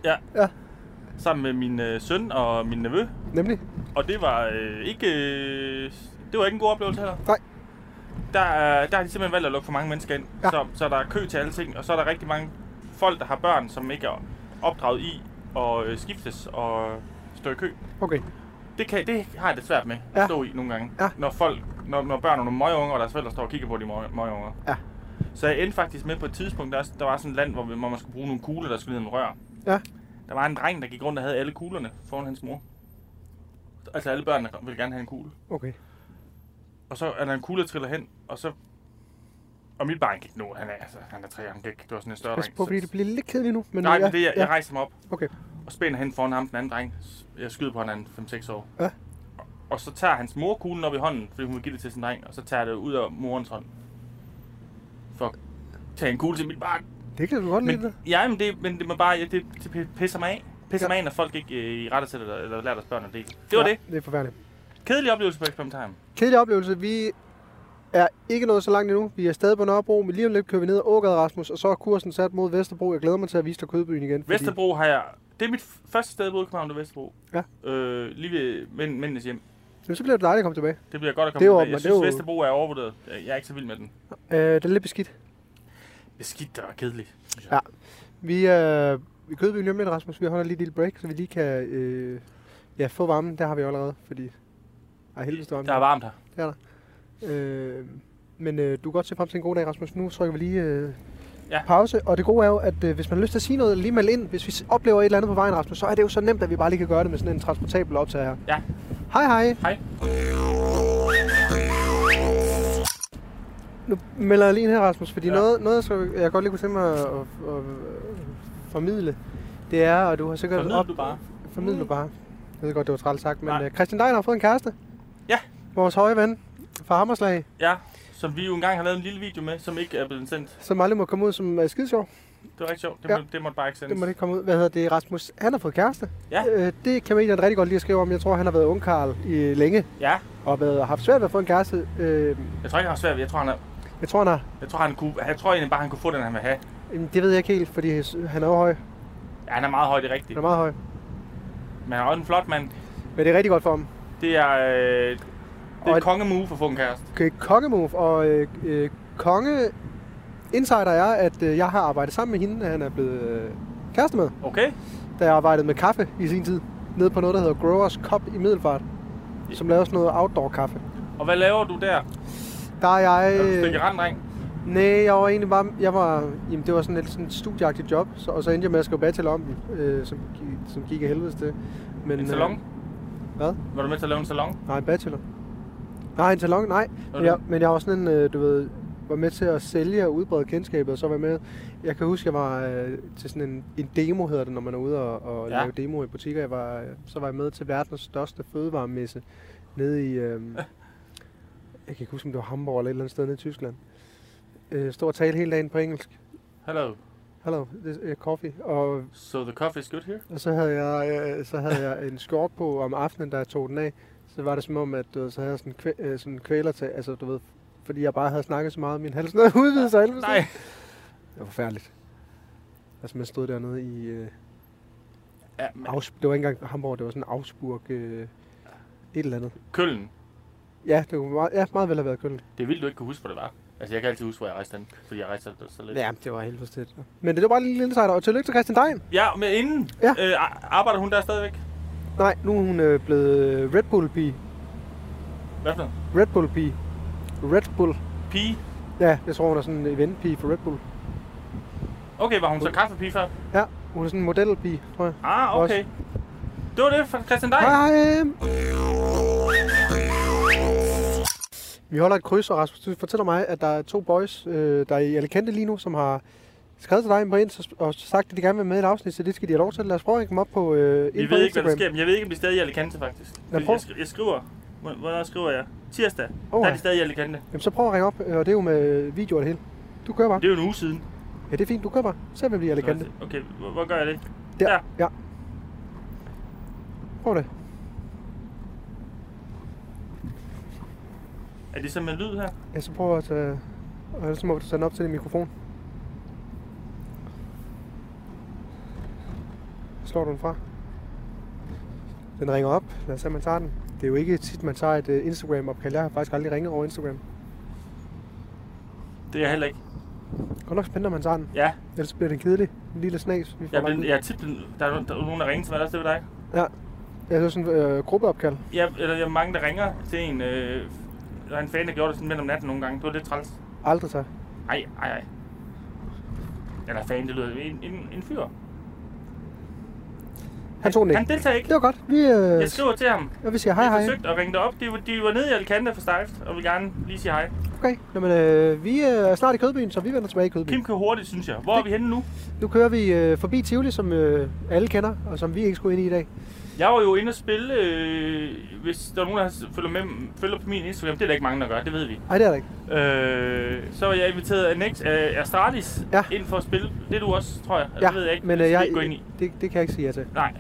[SPEAKER 2] Sammen med min øh, søn og min nevø.
[SPEAKER 1] Nemlig.
[SPEAKER 2] Og det var øh, ikke... Øh, det var ikke en god oplevelse heller.
[SPEAKER 1] Nej.
[SPEAKER 2] Der, er- der har de simpelthen valgt at lukke for mange mennesker ind.
[SPEAKER 1] Ja.
[SPEAKER 2] Så, så der er kø til alle ting, og så er der rigtig mange folk, der har børn, som ikke er opdraget i at øh, skiftes og stå i kø.
[SPEAKER 1] Okay.
[SPEAKER 2] Det, kan, det har jeg det svært med at
[SPEAKER 1] Ja.
[SPEAKER 2] stå i nogle gange.
[SPEAKER 1] Ja.
[SPEAKER 2] Når, folk, når, når børn og nogle møgeunger og deres forældre står og kigger på de møg- møgeunger.
[SPEAKER 1] Ja.
[SPEAKER 2] Så jeg endte faktisk med på et tidspunkt, der, der var sådan et land, hvor, vi- hvor man skulle bruge nogle kugler, der skulle ned i en rør.
[SPEAKER 1] Ja.
[SPEAKER 2] Der var en dreng, der gik rundt og havde alle kuglerne foran hans mor. Altså alle børnene ville gerne have en kugle.
[SPEAKER 1] Okay.
[SPEAKER 2] Og så er der en kugle, der triller hen, og så... Og mit barn gik nu, han er, altså, han er tre, han gik, det var sådan en større
[SPEAKER 1] Pas
[SPEAKER 2] dreng.
[SPEAKER 1] på, fordi det bliver lidt kedeligt nu. Men
[SPEAKER 2] Nej,
[SPEAKER 1] ja,
[SPEAKER 2] men det, jeg,
[SPEAKER 1] ja.
[SPEAKER 2] jeg rejser mig op.
[SPEAKER 1] Okay.
[SPEAKER 2] Og spænder hen foran ham, den anden dreng. Jeg skyder på hinanden 5-6 år.
[SPEAKER 1] Ja.
[SPEAKER 2] Og- Og så tager hans mor kuglen op i hånden, fordi hun vil give det til sin dreng, og så tager jeg det ud af morens hånd. For at tage en kugle til mit barn.
[SPEAKER 1] Det kan du godt lide.
[SPEAKER 2] Men,
[SPEAKER 1] det.
[SPEAKER 2] ja, men det, men det må bare, ja, det, det pisser mig af. Pisser
[SPEAKER 1] Ja.
[SPEAKER 2] mig af, når folk ikke øh, i rette sætter eller lærer deres børn at dele. Det var
[SPEAKER 1] ja,
[SPEAKER 2] ja. det.
[SPEAKER 1] Det er forfærdeligt.
[SPEAKER 2] Kedelig oplevelse på eksperimentarium.
[SPEAKER 1] Kedelig oplevelse. Vi er ikke nået så langt endnu. Vi er stadig på Nørrebro, men lige om lidt kører vi ned ad Ågade, Rasmus, og så er kursen sat mod Vesterbro. Jeg glæder mig til at vise dig Kødbyen igen. fordi-
[SPEAKER 2] Vesterbro har jeg... Det er mit f- første sted, både i København og Vesterbro.
[SPEAKER 1] Ja.
[SPEAKER 2] Øh, lige ved mænd, mændenes hjem.
[SPEAKER 1] Jamen, så bliver det dejligt at komme tilbage.
[SPEAKER 2] Det bliver godt at komme
[SPEAKER 1] Det er jo-
[SPEAKER 2] tilbage. Jeg
[SPEAKER 1] men det er
[SPEAKER 2] synes,
[SPEAKER 1] jo-
[SPEAKER 2] Vesterbro er overvurderet. Jeg jeg er ikke så vild med den.
[SPEAKER 1] Øh, det er lidt beskidt.
[SPEAKER 2] Beskidt og kedeligt.
[SPEAKER 1] Vi er i Kødbyen lige om lidt, Rasmus. Vi holder lige et lille break, så vi lige kan øh, ja, få varmen. Der har vi jo allerede, fordi... Ej, helvede, det
[SPEAKER 2] Der er
[SPEAKER 1] varmt.
[SPEAKER 2] varmt her.
[SPEAKER 1] Øh, men øh, du kan godt se frem til en god dag, Rasmus. Nu trykker vi lige øh,
[SPEAKER 2] Ja.
[SPEAKER 1] ja. pause. Og det gode er jo, at øh, hvis man har lyst til at sige noget, lige meld ind. Hvis vi s- oplever et eller andet på vejen, Rasmus, så er det jo så nemt, at vi bare lige kan gøre det med sådan en transportabel optager her.
[SPEAKER 2] Ja.
[SPEAKER 1] Hej, hej.
[SPEAKER 2] Hej.
[SPEAKER 1] Nu melder jeg lige ind her, Rasmus, fordi
[SPEAKER 2] Ja.
[SPEAKER 1] ja. noget, noget som jeg godt lige kunne tænke mig at, at, at formidle, det er, og du har sikkert...
[SPEAKER 2] Formidl du bare.
[SPEAKER 1] Formidle du bare. Jeg ved godt, det var træls sagt, men
[SPEAKER 2] Nej.
[SPEAKER 1] øh, Christian Dein har fået en kæreste.
[SPEAKER 2] Ja.
[SPEAKER 1] vores høje ven fra Hammerslag,
[SPEAKER 2] Ja, som vi jo engang har lavet en lille video med, som ikke er blevet sendt.
[SPEAKER 1] som aldrig må komme ud, som er skide sjov.
[SPEAKER 2] Det var rigtig sjovt. Det,
[SPEAKER 1] Ja.
[SPEAKER 2] ja. det måtte bare ikke sendes.
[SPEAKER 1] Det må det ikke komme ud. Hvad hedder det? Rasmus, han har fået kæreste.
[SPEAKER 2] Ja.
[SPEAKER 1] Øh, det kan medierne rigtig godt lide at skrive om. Jeg tror, han har været ungkarl i længe,
[SPEAKER 2] Ja,
[SPEAKER 1] og været, haft svært ved at få en kæreste. Øh,
[SPEAKER 2] jeg tror ikke, han har svært ved. Jeg tror, han er,
[SPEAKER 1] jeg tror, han har...
[SPEAKER 2] jeg tror, han kunne, jeg tror egentlig bare, han kunne få den, han vil have.
[SPEAKER 1] Jamen, det ved jeg ikke helt, fordi han er jo høj.
[SPEAKER 2] Ja, han er meget høj, det er
[SPEAKER 1] Han
[SPEAKER 2] rigtigt.
[SPEAKER 1] er meget høj.
[SPEAKER 2] Men han er også en flot mand.
[SPEAKER 1] Men det er rigtig godt for ham.
[SPEAKER 2] Det er, øh, det er
[SPEAKER 1] Og-
[SPEAKER 2] et kongemove for at få en kæreste.
[SPEAKER 1] Okay, kongemove og øh, øh, konge insider er, at øh, jeg har arbejdet sammen med hende, han er blevet øh, kæreste med,
[SPEAKER 2] Okay?
[SPEAKER 1] da jeg arbejdede med kaffe i sin tid. Nede på noget, der hedder Growers Cup i Middelfart, som laver sådan noget outdoor kaffe.
[SPEAKER 2] Og hvad laver du der?
[SPEAKER 1] Der er jeg...
[SPEAKER 2] Er du stikker randdreng?
[SPEAKER 1] Nej, jeg var egentlig bare... Jeg var, jamen, det var sådan lidt sådan et studieagtigt job, så, og så endte jeg med at skrive bachelor om den, øh, som, gi- som gik af helvedes til. Men,
[SPEAKER 2] En salon?
[SPEAKER 1] øh, hvad?
[SPEAKER 2] Var du med til at lave en salon?
[SPEAKER 1] Øh, nej, en bachelor. Nej, en salon, nej.
[SPEAKER 2] Var
[SPEAKER 1] Men
[SPEAKER 2] du-
[SPEAKER 1] jeg, men jeg var sådan en, øh, du ved, var med til at sælge og udbrede kendskabet, og så var jeg med. Jeg kan huske, jeg var øh, til sådan en, en demo, hedder det, når man er ude og, og ja.
[SPEAKER 2] Ja.
[SPEAKER 1] lave demo i butikker. Jeg var, øh, så var jeg med til verdens største fødevaremesse nede i, øh, jeg kan ikke huske, om det var Hamburg eller et eller andet sted nede i Tyskland. Øh, stod og talte hele dagen på engelsk.
[SPEAKER 2] Hello.
[SPEAKER 1] Hello, this is øh, coffee. Og,
[SPEAKER 2] So the coffee is good here?
[SPEAKER 1] og så, havde jeg, øh, så havde jeg en skjort på om aftenen, da jeg tog den af. Så var det som om, at du ved, så havde jeg sådan, kvæ, øh, sådan kvæler til, altså du ved, fordi jeg bare havde snakket så meget, min hals havde udvidet sig. helvede til.
[SPEAKER 2] Nej.
[SPEAKER 1] Det var forfærdeligt. Altså man stod dernede i, øh,
[SPEAKER 2] Ja, men
[SPEAKER 1] Aus, det var ikke engang Hamburg, det var sådan Augsburg, øh, et eller andet.
[SPEAKER 2] Køln.
[SPEAKER 1] Ja, det kunne meget, ja, meget vel have været kølt.
[SPEAKER 2] Det er vildt, du ikke kan huske, hvor det var. Altså, jeg kan altid huske, hvor jeg rejste den, fordi jeg rejste så lidt.
[SPEAKER 1] Ja, det var helt forstændigt. Men det var bare en lille insider, og tillykke til Christian Dein.
[SPEAKER 2] Ja, men inden
[SPEAKER 1] Ja.
[SPEAKER 2] ja. Øh, ar- arbejder hun der stadigvæk?
[SPEAKER 1] Nej, nu er hun øh, blevet Red Bull-pige.
[SPEAKER 2] Hvad for noget?
[SPEAKER 1] Red Bull-pige. Red Bull.
[SPEAKER 2] Pige?
[SPEAKER 1] Ja, jeg tror, hun er sådan en eventpige for Red Bull.
[SPEAKER 2] Okay, var hun så kaffepige før?
[SPEAKER 1] Ja, hun er sådan en modelpige, tror jeg.
[SPEAKER 2] Ah, okay. Det var det fra Christian Dej.
[SPEAKER 1] Hej! Vi holder et kryds, og Rasmus, du fortæller mig, at der er to boys, øh, der er i Alicante lige nu, som har skrevet til dig på ind og sagt, at de gerne vil være med i et afsnit, så det skal de have lov til. Lad os prøve at ringe dem op på, øh,
[SPEAKER 2] Vi
[SPEAKER 1] ind på
[SPEAKER 2] ved ikke, hvad
[SPEAKER 1] Instagram.
[SPEAKER 2] der sker, men jeg ved ikke, om de er stadig i Alicante, faktisk. Fordi
[SPEAKER 1] prøv.
[SPEAKER 2] Jeg, skri- jeg skriver... Hvor- Hvornår skriver jeg? Tirsdag.
[SPEAKER 1] Åh,
[SPEAKER 2] Der er
[SPEAKER 1] ja.
[SPEAKER 2] de stadig i Alicante.
[SPEAKER 1] Jamen, så prøv at ringe op, øh, og det er jo med video og det hele. Du kører bare.
[SPEAKER 2] Det er jo en uge siden.
[SPEAKER 1] Ja, det er fint, du kører bare. Se, om det bliver Alicante.
[SPEAKER 2] Okay, hvor, hvor gør jeg det?
[SPEAKER 1] Der.
[SPEAKER 2] Der.
[SPEAKER 1] Ja. Prøv det.
[SPEAKER 2] Er det så med lyd her?
[SPEAKER 1] Ja, så prøv at tage... Og ellers må du tage den op til din mikrofon. Slår du den fra? Den ringer op. Lad os se, om man tager den. Det er jo ikke tit, man tager et øh, Instagram-opkald. Jeg har faktisk aldrig ringet over Instagram.
[SPEAKER 2] Det er jeg heller ikke.
[SPEAKER 1] Godt nok spændende, om man tager den.
[SPEAKER 2] Ja,
[SPEAKER 1] Ellers bliver den kedelig. En lille snas. Vi får
[SPEAKER 2] jeg, er
[SPEAKER 1] langt
[SPEAKER 2] blevet,
[SPEAKER 1] ud.
[SPEAKER 2] jeg er tit blevet, der, er, der er nogen, der ringer til mig. Er det også det ved dig?
[SPEAKER 1] ja. Jeg så sådan en øh, gruppeopkald.
[SPEAKER 2] Ja, eller jeg er mange, der ringer til en... Øh, der er en fan, der gjorde det sådan midt om natten nogle gange. Det var lidt træls.
[SPEAKER 1] Aldrig tager.
[SPEAKER 2] Ej, ej, ej. Eller fan, det lyder... En, en, en fyr.
[SPEAKER 1] Han tog den ikke.
[SPEAKER 2] Han deltager ikke.
[SPEAKER 1] Det var godt. Vi, øh,
[SPEAKER 2] Jeg skriver til ham.
[SPEAKER 1] og vi siger hej
[SPEAKER 2] Jeg
[SPEAKER 1] hej.
[SPEAKER 2] forsøgte at ringe dig op. De, var- de var nede i Alicante for Stejft, og vil gerne lige sige hej.
[SPEAKER 1] Okay. Jamen, øh, vi øh, er snart i Kødbyen, så vi vender tilbage i Kødbyen.
[SPEAKER 2] Kim kører hurtigt, synes jeg. Hvor er vi henne nu?
[SPEAKER 1] Nu kører vi øh, forbi Tivoli, som øh, alle kender, og som vi ikke skulle ind i i dag.
[SPEAKER 2] Jeg var jo inde og spille, øh, hvis der er nogen, der har- følger, med, følger på min Instagram. Det er der ikke mange, der gør, det ved vi.
[SPEAKER 1] Nej, det er der ikke.
[SPEAKER 2] Øh, så var jeg inviteret af Nex, øh, Astralis
[SPEAKER 1] Ja.
[SPEAKER 2] ja. ind for at spille. Det er du også, tror jeg. Ja, det ved jeg ikke.
[SPEAKER 1] men
[SPEAKER 2] det
[SPEAKER 1] øh,
[SPEAKER 2] skal
[SPEAKER 1] jeg,
[SPEAKER 2] vi ikke gå ind i.
[SPEAKER 1] Det, det kan jeg ikke sige ja til.
[SPEAKER 2] Nej,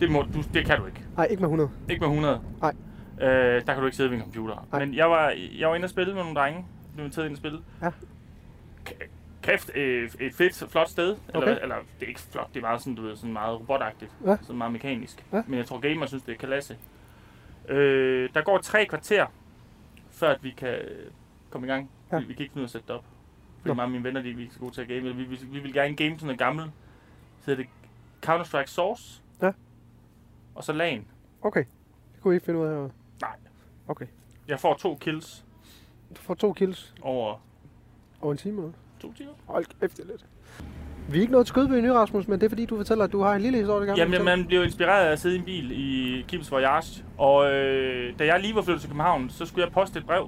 [SPEAKER 2] det, må, du, det kan du ikke.
[SPEAKER 1] Nej, ikke med 100.
[SPEAKER 2] Ikke med 100.
[SPEAKER 1] Nej.
[SPEAKER 2] Øh, der kan du ikke sidde ved en computer.
[SPEAKER 1] Nej.
[SPEAKER 2] Nej. Men jeg var, jeg var inde og spille med nogle drenge. Blev inviteret ind og spille.
[SPEAKER 1] Ja.
[SPEAKER 2] K- Kæft, øh, et fedt, flot sted. Eller,
[SPEAKER 1] Okay.
[SPEAKER 2] okay. eller, det er ikke flot, det er meget sådan, du ved, sådan meget robotagtigt.
[SPEAKER 1] Ja.
[SPEAKER 2] Sådan meget mekanisk.
[SPEAKER 1] Ja.
[SPEAKER 2] Men jeg tror, gamer synes, det er klasse. Øh, der går tre kvarter, før at vi kan øh, komme i gang.
[SPEAKER 1] Ja.
[SPEAKER 2] Ja. Vi, vi, kan ikke finde ud af at sætte det op. Fordi
[SPEAKER 1] Nå.
[SPEAKER 2] mange af mine venner, de er ikke så gode til at game. Eller Vi, vi, vi vil gerne game sådan noget gammelt. Så hedder det Counter-Strike Source.
[SPEAKER 1] Ja.
[SPEAKER 2] Og så LAN.
[SPEAKER 1] Okay. Det kunne vi ikke finde ud af. herovre.
[SPEAKER 2] Nej.
[SPEAKER 1] Okay.
[SPEAKER 2] Jeg får to kills
[SPEAKER 1] Du får to kills
[SPEAKER 2] over
[SPEAKER 1] over en time. Eller?
[SPEAKER 2] to timer.
[SPEAKER 1] Hold kæft, det er lidt. Vi er ikke nået til Kødbyen nu, Rasmus, men det er fordi, du fortæller, at du har en lille historie, du gerne vil
[SPEAKER 2] Jamen,
[SPEAKER 1] fortælle.
[SPEAKER 2] man blev inspireret af at sidde i en bil i Kims Voyage. Og øh, da jeg lige var flyttet til København, så skulle jeg poste et brev.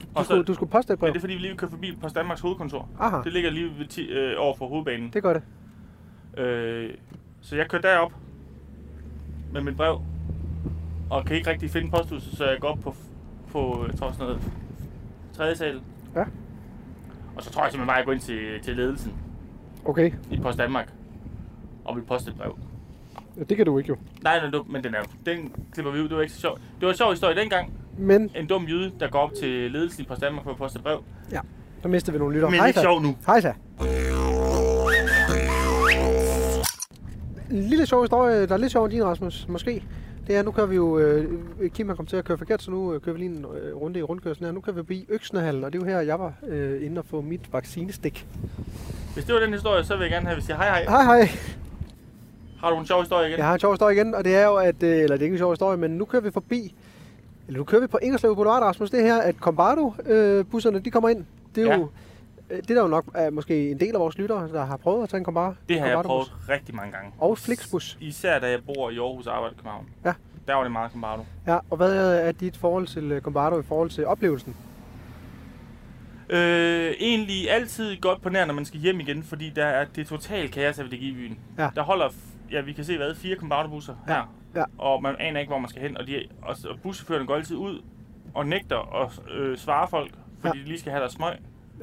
[SPEAKER 1] du,
[SPEAKER 2] Og så,
[SPEAKER 1] skulle, du skulle poste et
[SPEAKER 2] ja,
[SPEAKER 1] brev.
[SPEAKER 2] det er fordi, vi lige kørte forbi på Danmarks hovedkontor.
[SPEAKER 1] Aha,
[SPEAKER 2] Det ligger lige ved ti, øh, over for hovedbanen.
[SPEAKER 1] det gør det.
[SPEAKER 2] Øh, så jeg kørte derop med mit brev. Og kan ikke rigtig finde posthuset, så jeg går op på på, jeg tror sådan noget, tredje sal.
[SPEAKER 1] Ja.
[SPEAKER 2] Og så tror jeg simpelthen bare, at jeg går ind til, til ledelsen
[SPEAKER 1] Okay,
[SPEAKER 2] i Post Danmark og vil poste et brev.
[SPEAKER 1] ja, det kan du ikke jo.
[SPEAKER 2] Nej, nej, du, men den, er, den klipper vi ud, det var ikke så sjovt. Det var en sjov historie dengang.
[SPEAKER 1] Men,
[SPEAKER 2] En dum jyde, der går op til ledelsen i Post Danmark for at poste et brev.
[SPEAKER 1] så mister vi nogle lytter.
[SPEAKER 2] Men det er ikke sjovt nu.
[SPEAKER 1] Hejsa. En lille sjov historie, der er lidt sjov end din, Rasmus, måske. Det er, nu kan vi jo, øh, Kim har kommet til at køre forkert, så nu øh, kører vi lige en øh, runde i rundkørslen her. Nu kan vi blive Øksnehallen, og det er jo her, jeg var øh, inde og få mit vaccinestik.
[SPEAKER 2] Hvis det var den historie, så vil jeg gerne have, at vi siger hej hej.
[SPEAKER 1] Hej hej.
[SPEAKER 2] Har du en sjov historie igen?
[SPEAKER 1] Jeg har en sjov historie igen, og det er jo, at, øh, eller det er ikke en sjov historie, men nu kører vi forbi, eller nu kører vi på Ingerslev Boulevard, Rasmus, det her, at Combardo-busserne, de kommer ind. Det er
[SPEAKER 2] Ja.
[SPEAKER 1] ja. jo, øh, det er der jo nok er måske en del af vores lyttere, der har prøvet at tage en Combardo.
[SPEAKER 2] Det har jeg
[SPEAKER 1] Combardo-bus.
[SPEAKER 2] prøvet rigtig mange gange.
[SPEAKER 1] Og Flixbus.
[SPEAKER 2] Især da jeg bor i Aarhus og arbejder i København.
[SPEAKER 1] Ja.
[SPEAKER 2] Der var det meget Combardo.
[SPEAKER 1] Ja, og hvad er dit forhold til øh, Combardo i forhold til oplevelsen?
[SPEAKER 2] Øh, egentlig altid godt på nær, når man skal hjem igen, fordi der er det totalt kaos af i byen.
[SPEAKER 1] Ja.
[SPEAKER 2] Der holder, f- ja, vi kan se, hvad, fire Combardo-busser
[SPEAKER 1] Ja.
[SPEAKER 2] her.
[SPEAKER 1] Ja.
[SPEAKER 2] Og man aner ikke, hvor man skal hen, og, de, og, s- og buschaufførerne går altid ud og nægter at øh, svare folk, fordi de lige skal have deres smøg.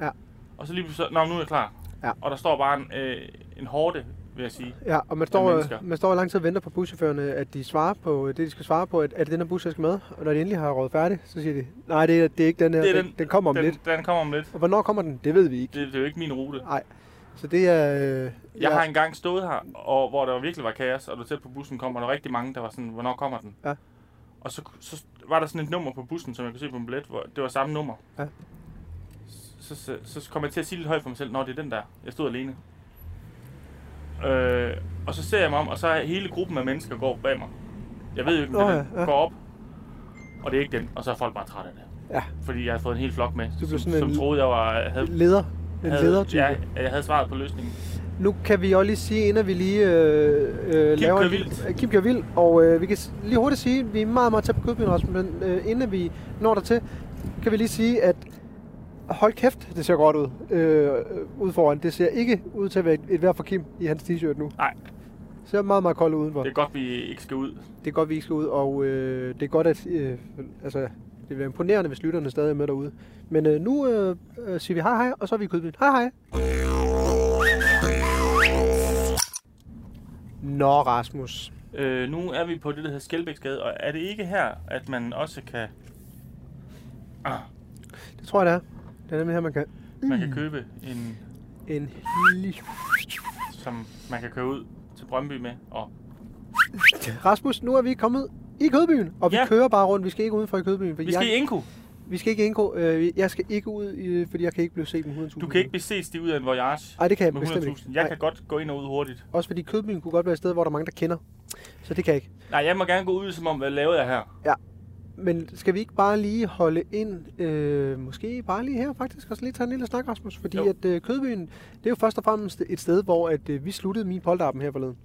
[SPEAKER 1] Ja.
[SPEAKER 2] Og så lige pludselig, så- nå, nu er jeg klar.
[SPEAKER 1] Ja.
[SPEAKER 2] Og der står bare en, øh, en hårde, vil jeg sige.
[SPEAKER 1] Ja, og man
[SPEAKER 2] Af
[SPEAKER 1] står, øh,
[SPEAKER 2] mennesker.
[SPEAKER 1] man står i lang tid og venter på buschaufførerne, at de svarer på øh, det, de skal svare på, at er det den her bus, jeg skal med? Og når de endelig har rådet færdigt, så siger de, nej, det er, det er ikke den her,
[SPEAKER 2] Det er
[SPEAKER 1] den, den,
[SPEAKER 2] den-
[SPEAKER 1] den kommer om
[SPEAKER 2] den,
[SPEAKER 1] den. lidt.
[SPEAKER 2] Den kommer om lidt.
[SPEAKER 1] Og hvornår kommer den? Det ved vi ikke.
[SPEAKER 2] Det, det er jo ikke min rute.
[SPEAKER 1] Så det er... Øh,
[SPEAKER 2] Jeg har engang stået her, og, hvor der virkelig var kaos, og du tæt på bussen kom, og der var rigtig mange, der var sådan, hvornår kommer den?
[SPEAKER 1] Ja.
[SPEAKER 2] Og så, så var der sådan et nummer på bussen, som jeg kunne se på en billet, hvor det var samme nummer.
[SPEAKER 1] Ja.
[SPEAKER 2] Så, så, så kom jeg til at sige lidt højt for mig selv, når det er den der. Jeg stod alene. Øh, og så ser jeg mig om, og så er hele gruppen af mennesker går bag mig. Jeg ved jo ikke, om det
[SPEAKER 1] Nå
[SPEAKER 2] er den.
[SPEAKER 1] ja, ja.
[SPEAKER 2] Går op, og det er ikke den, og så er folk bare trætte af det.
[SPEAKER 1] Ja.
[SPEAKER 2] Fordi jeg har fået en hel flok med,
[SPEAKER 1] blev
[SPEAKER 2] som,
[SPEAKER 1] sådan
[SPEAKER 2] som
[SPEAKER 1] en-
[SPEAKER 2] troede, jeg var, havde,
[SPEAKER 1] leder. En
[SPEAKER 2] havde,
[SPEAKER 1] ledertype.
[SPEAKER 2] ja, jeg havde svaret på løsningen.
[SPEAKER 1] Nu kan vi også lige sige, inden vi lige øh, øh, laver...
[SPEAKER 2] kører
[SPEAKER 1] en-
[SPEAKER 2] vildt.
[SPEAKER 1] Kim kører vildt. Og øh, vi kan s- lige hurtigt sige, at vi er meget, meget tæt på kødbyen, Rasmus, men øh, inden vi når dertil, kan vi lige sige, at hold kæft, det ser godt ud øh, øh, ude foran. Det ser ikke ud til at være et, et vejr for Kim i hans t-shirt nu.
[SPEAKER 2] Nej.
[SPEAKER 1] Det ser meget, meget koldt ud udenfor.
[SPEAKER 2] Det er
[SPEAKER 1] Det,
[SPEAKER 2] godt, vi ikke skal ud.
[SPEAKER 1] det er godt, vi ikke skal ud, og øh, det er godt, at... Øh, altså, det vil være imponerende, hvis lytterne stadig er med derude. Men øh, nu øh, øh, siger vi hej hej, og så er vi i kødbyen. Hej hej! Nå, Rasmus.
[SPEAKER 2] Øh, nu er vi på det, der hedder Skelbæksgade, og er det ikke her, at man også kan,
[SPEAKER 1] Det tror jeg, det er. Det er nemlig her, man kan
[SPEAKER 2] man
[SPEAKER 1] Mm.
[SPEAKER 2] kan købe en,
[SPEAKER 1] en lille...
[SPEAKER 2] som man kan køre ud til Brøndby med? Og
[SPEAKER 1] Rasmus, nu er vi kommet i Kødbyen, og vi
[SPEAKER 2] Ja.
[SPEAKER 1] ja. kører bare rundt. Vi skal ikke udenfor i Kødbyen, for
[SPEAKER 2] vi skal
[SPEAKER 1] jeg,
[SPEAKER 2] i Inko.
[SPEAKER 1] vi skal ikke indgå. Øh, jeg skal ikke ud, øh, fordi jeg kan ikke blive set med 100.000.
[SPEAKER 2] Du kan ikke blive set stiv ud af en voyage
[SPEAKER 1] Nej, det kan jeg
[SPEAKER 2] med
[SPEAKER 1] bestemt
[SPEAKER 2] 100.000.
[SPEAKER 1] ikke.
[SPEAKER 2] Jeg
[SPEAKER 1] Nej.
[SPEAKER 2] kan godt gå ind og ud hurtigt.
[SPEAKER 1] Også fordi Kødbyen kunne godt være et sted, hvor der er mange, der kender. Så det kan jeg ikke.
[SPEAKER 2] Nej, jeg må gerne gå ud, som om, hvad lavede jeg her?
[SPEAKER 1] Men skal vi ikke bare lige holde ind, øh, måske bare lige her faktisk, og så lige tage en lille snak, Rasmus? Fordi
[SPEAKER 2] Jo.
[SPEAKER 1] jo. at øh, Kødbyen, det er jo først og fremmest et sted, hvor at, øh, vi sluttede min polterappen her forleden.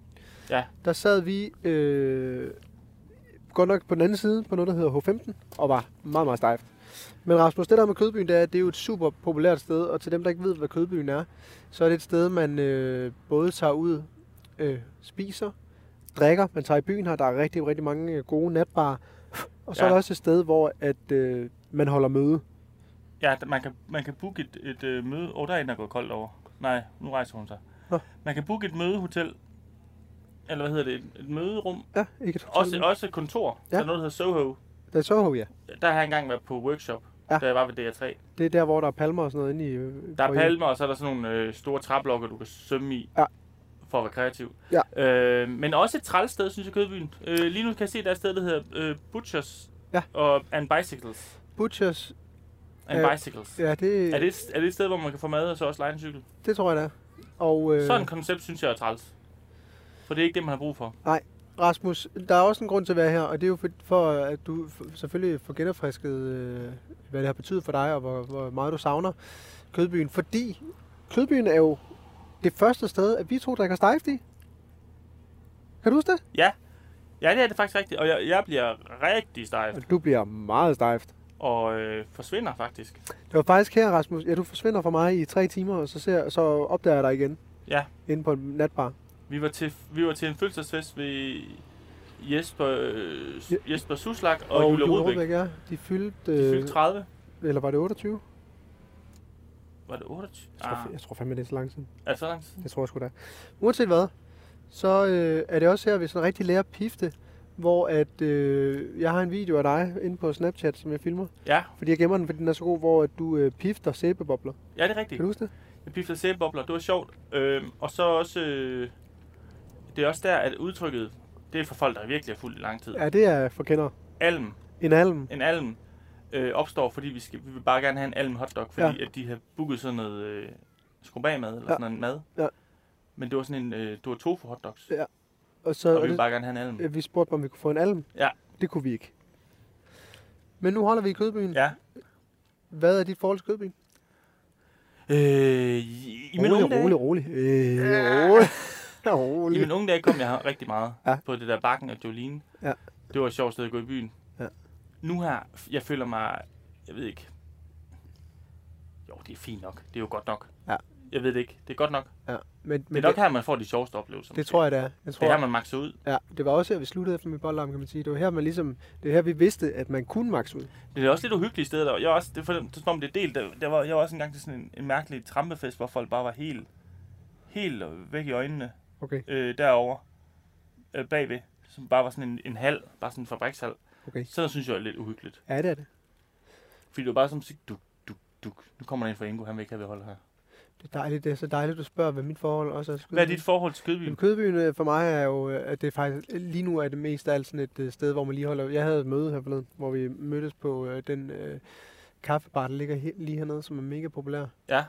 [SPEAKER 2] Ja.
[SPEAKER 1] Der sad vi øh, godt nok på den anden side på noget, der hedder H15, og var meget, meget stejft. Men Rasmus, det der med Kødbyen, det er, at det er jo et super populært sted, og til dem, der ikke ved, hvad Kødbyen er, så er det et sted, man øh, både tager ud, øh, spiser, drikker, man tager i byen her, der er rigtig, rigtig mange øh, gode natbarer, og så ja.
[SPEAKER 2] Ja.
[SPEAKER 1] er der også et sted, hvor at, øh, man holder møde.
[SPEAKER 2] Ja, d- man kan, man kan booke et, et øh, møde. Åh, oh, der er en, der er gået koldt over. Nej, nu rejser hun sig.
[SPEAKER 1] Nå.
[SPEAKER 2] Man kan booke et mødehotel, eller hvad hedder det, et, et møderum.
[SPEAKER 1] Ja, ikke et hotel.
[SPEAKER 2] Også, også et kontor.
[SPEAKER 1] Ja.
[SPEAKER 2] Ja. Der er noget, der hedder Soho.
[SPEAKER 1] Det er Soho, ja.
[SPEAKER 2] Der har jeg engang været på workshop, ja.
[SPEAKER 1] Ja.
[SPEAKER 2] da jeg var ved DR3.
[SPEAKER 1] Det er der, hvor der er palmer og sådan noget inde i... øh,
[SPEAKER 2] Der er
[SPEAKER 1] foyeren.
[SPEAKER 2] palmer, og så er der sådan nogle øh, store træblokke, du kan svømme i.
[SPEAKER 1] Ja.
[SPEAKER 2] For at være kreativ.
[SPEAKER 1] Ja.
[SPEAKER 2] Øh, men også et træls sted, synes jeg, Kødbyen. Øh, lige nu kan jeg se, der er et sted, der hedder øh, Butchers
[SPEAKER 1] Ja.
[SPEAKER 2] og, and Bicycles.
[SPEAKER 1] Butchers,
[SPEAKER 2] And
[SPEAKER 1] Øh,
[SPEAKER 2] Bicycles.
[SPEAKER 1] ja, det,
[SPEAKER 2] Er det, et- er det et sted, hvor man kan få mad og så også lege en cykel?
[SPEAKER 1] det tror jeg, det er. Og,
[SPEAKER 2] Øh. Sådan et koncept synes jeg er træls. For det er ikke det, man har brug for.
[SPEAKER 1] Rasmus, der er også en grund til at være her, og det er jo for, for at du f- selvfølgelig får genopfrisket, øh, hvad det har betydet for dig, og hvor, hvor meget du savner Kødbyen. Fordi Kødbyen er jo det første sted, at vi to drikker stejft i. Kan du huske det?
[SPEAKER 2] Ja, det er det faktisk rigtigt. Og jeg, jeg bliver rigtig stejf
[SPEAKER 1] Altså, Du bliver meget stejft.
[SPEAKER 2] og øh, forsvinder faktisk.
[SPEAKER 1] Det var faktisk her, Rasmus. Ja, du forsvinder fra mig i tre timer, og så, ser, så opdager jeg dig igen.
[SPEAKER 2] Ja.
[SPEAKER 1] Inde på en natbar.
[SPEAKER 2] Vi var til, vi var til en fødselsfest ved, Jesper, øh,
[SPEAKER 1] Ja.
[SPEAKER 2] Jesper Suslak og, og Julia Rudbæk.
[SPEAKER 1] ja. De fyldte,
[SPEAKER 2] De
[SPEAKER 1] øh,
[SPEAKER 2] fyldte 30.
[SPEAKER 1] eller var det 28?
[SPEAKER 2] Var det 28?
[SPEAKER 1] Jeg tror, jeg tror fandme, det er så lang tid.
[SPEAKER 2] Er det så lang tid?
[SPEAKER 1] Det tror Mm. jeg sgu da. Uanset hvad, så øh, er det også her, vi sådan rigtig lærer at pifte, hvor at, øh, jeg har en video af dig inde på Snapchat, som jeg filmer,
[SPEAKER 2] Ja,
[SPEAKER 1] fordi jeg gemmer den, fordi den er så god, hvor at du øh, pifter sæbebobler.
[SPEAKER 2] ja det er rigtigt.
[SPEAKER 1] Kan du huske det?
[SPEAKER 2] Jeg piflede sæbebobler, det var sjovt. Øhm, og så også... Øh, det er også der, at udtrykket... Det er for folk, der virkelig er fuldt i lang tid.
[SPEAKER 1] Ja, det er for kender.
[SPEAKER 2] Alm.
[SPEAKER 1] En alm.
[SPEAKER 2] En alm øh, opstår, fordi vi, skal, vi vil bare gerne have en alm hotdog, fordi ja. at de har booket sådan noget øh, skrubagmad eller
[SPEAKER 1] Ja.
[SPEAKER 2] ja. sådan noget mad.
[SPEAKER 1] Ja.
[SPEAKER 2] Men det var sådan en... Øh, det var tofu hotdogs.
[SPEAKER 1] Ja,
[SPEAKER 2] Ja,
[SPEAKER 1] Og så
[SPEAKER 2] og vi
[SPEAKER 1] og
[SPEAKER 2] ville
[SPEAKER 1] det,
[SPEAKER 2] bare gerne have en alm.
[SPEAKER 1] øh, vi spurgte, dem, om vi kunne få en alm.
[SPEAKER 2] Ja.
[SPEAKER 1] Det kunne vi ikke. Men nu holder vi i Kødbyen.
[SPEAKER 2] Ja.
[SPEAKER 1] Hvad er dit forhold til Kødbyen?
[SPEAKER 2] Øh, i, i, mine
[SPEAKER 1] rolig,
[SPEAKER 2] unge dage,
[SPEAKER 1] rolig, rolig, øh, rolig.
[SPEAKER 2] [LAUGHS] I
[SPEAKER 1] rolig.
[SPEAKER 2] mine unge dage kom jeg her rigtig meget
[SPEAKER 1] Ja.
[SPEAKER 2] ja. på det der bakken og Jolene.
[SPEAKER 1] Ja.
[SPEAKER 2] Det var et sjovt sted at gå i byen.
[SPEAKER 1] Ja.
[SPEAKER 2] Nu her, jeg føler mig, jeg ved ikke. Jo, det er fint nok. Det er jo godt nok.
[SPEAKER 1] Ja.
[SPEAKER 2] Jeg ved det ikke. Det er godt nok. Men
[SPEAKER 1] Ja, men,
[SPEAKER 2] det er
[SPEAKER 1] men
[SPEAKER 2] nok
[SPEAKER 1] det,
[SPEAKER 2] her, man får de sjoveste oplevelser.
[SPEAKER 1] det, tror jeg, det er. Jeg tror,
[SPEAKER 2] Det er her, man makser ud.
[SPEAKER 1] Ja, det var også her, vi sluttede efter med boldarm, kan man sige. Det var her, man ligesom, det var her, vi vidste, at man kunne max ud.
[SPEAKER 2] Det er også lidt uhyggelige steder. Der. Jeg er også, det er, for, det er som om, det er delt. Der, der var, jeg var også engang til sådan en, en mærkelig trampefest, hvor folk bare var helt, helt væk i øjnene
[SPEAKER 1] Okay,
[SPEAKER 2] øh, derovre øh, bagved. Som bare var sådan en, en hal, bare sådan en fabrikshal.
[SPEAKER 1] okay.
[SPEAKER 2] Sådan synes jeg er lidt uhyggeligt.
[SPEAKER 1] Ja, det er det.
[SPEAKER 2] Fordi det var bare som musik, duk, duk, duk. Nu kommer der en fra Ingo, han vil ikke have, vi holder her.
[SPEAKER 1] Det er dejligt. Det er så dejligt, du spørger, hvad mit forhold også er.
[SPEAKER 2] Hvad er dit forhold til
[SPEAKER 1] Jamen,
[SPEAKER 2] Kødbyen?
[SPEAKER 1] Kødbyen øh, for mig er jo, øh, at det faktisk lige nu er det mest af alt sådan et øh, sted, hvor man lige holder. Jeg havde et møde her forleden, hvor vi mødtes på øh, den øh, kaffebar, der ligger he- lige hernede, som er mega populær.
[SPEAKER 2] Ja.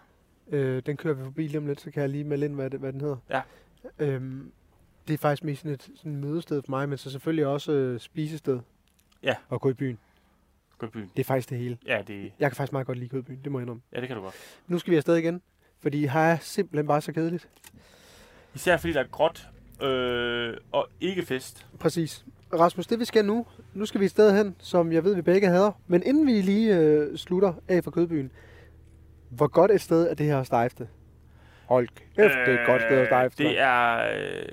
[SPEAKER 1] Øh, den kører vi forbi lige om lidt, så kan jeg lige melde ind, hvad, det, hvad den hedder.
[SPEAKER 2] Ja.
[SPEAKER 1] Øhm, det er faktisk mest sådan et sådan et mødested for mig, men så selvfølgelig også øh, spisested.
[SPEAKER 2] Ja.
[SPEAKER 1] Og gå i byen.
[SPEAKER 2] Kødbyen.
[SPEAKER 1] Det er faktisk det hele.
[SPEAKER 2] Ja det,
[SPEAKER 1] Jeg kan faktisk meget godt lide Kødbyen, det må jeg indrømme.
[SPEAKER 2] ja, det kan du godt.
[SPEAKER 1] Nu skal vi afsted igen, fordi her er simpelthen bare så kedeligt.
[SPEAKER 2] Især fordi der er gråt øh, og ikke fest.
[SPEAKER 1] Præcis. Rasmus, det vi skal nu, nu skal vi et sted hen, som jeg ved, vi begge hader. Men inden vi lige øh, slutter af for Kødbyen, hvor godt et sted er det her at stejfte? Hold kæft, det er et godt sted at stejfte.
[SPEAKER 2] Øh, Det er... Øh,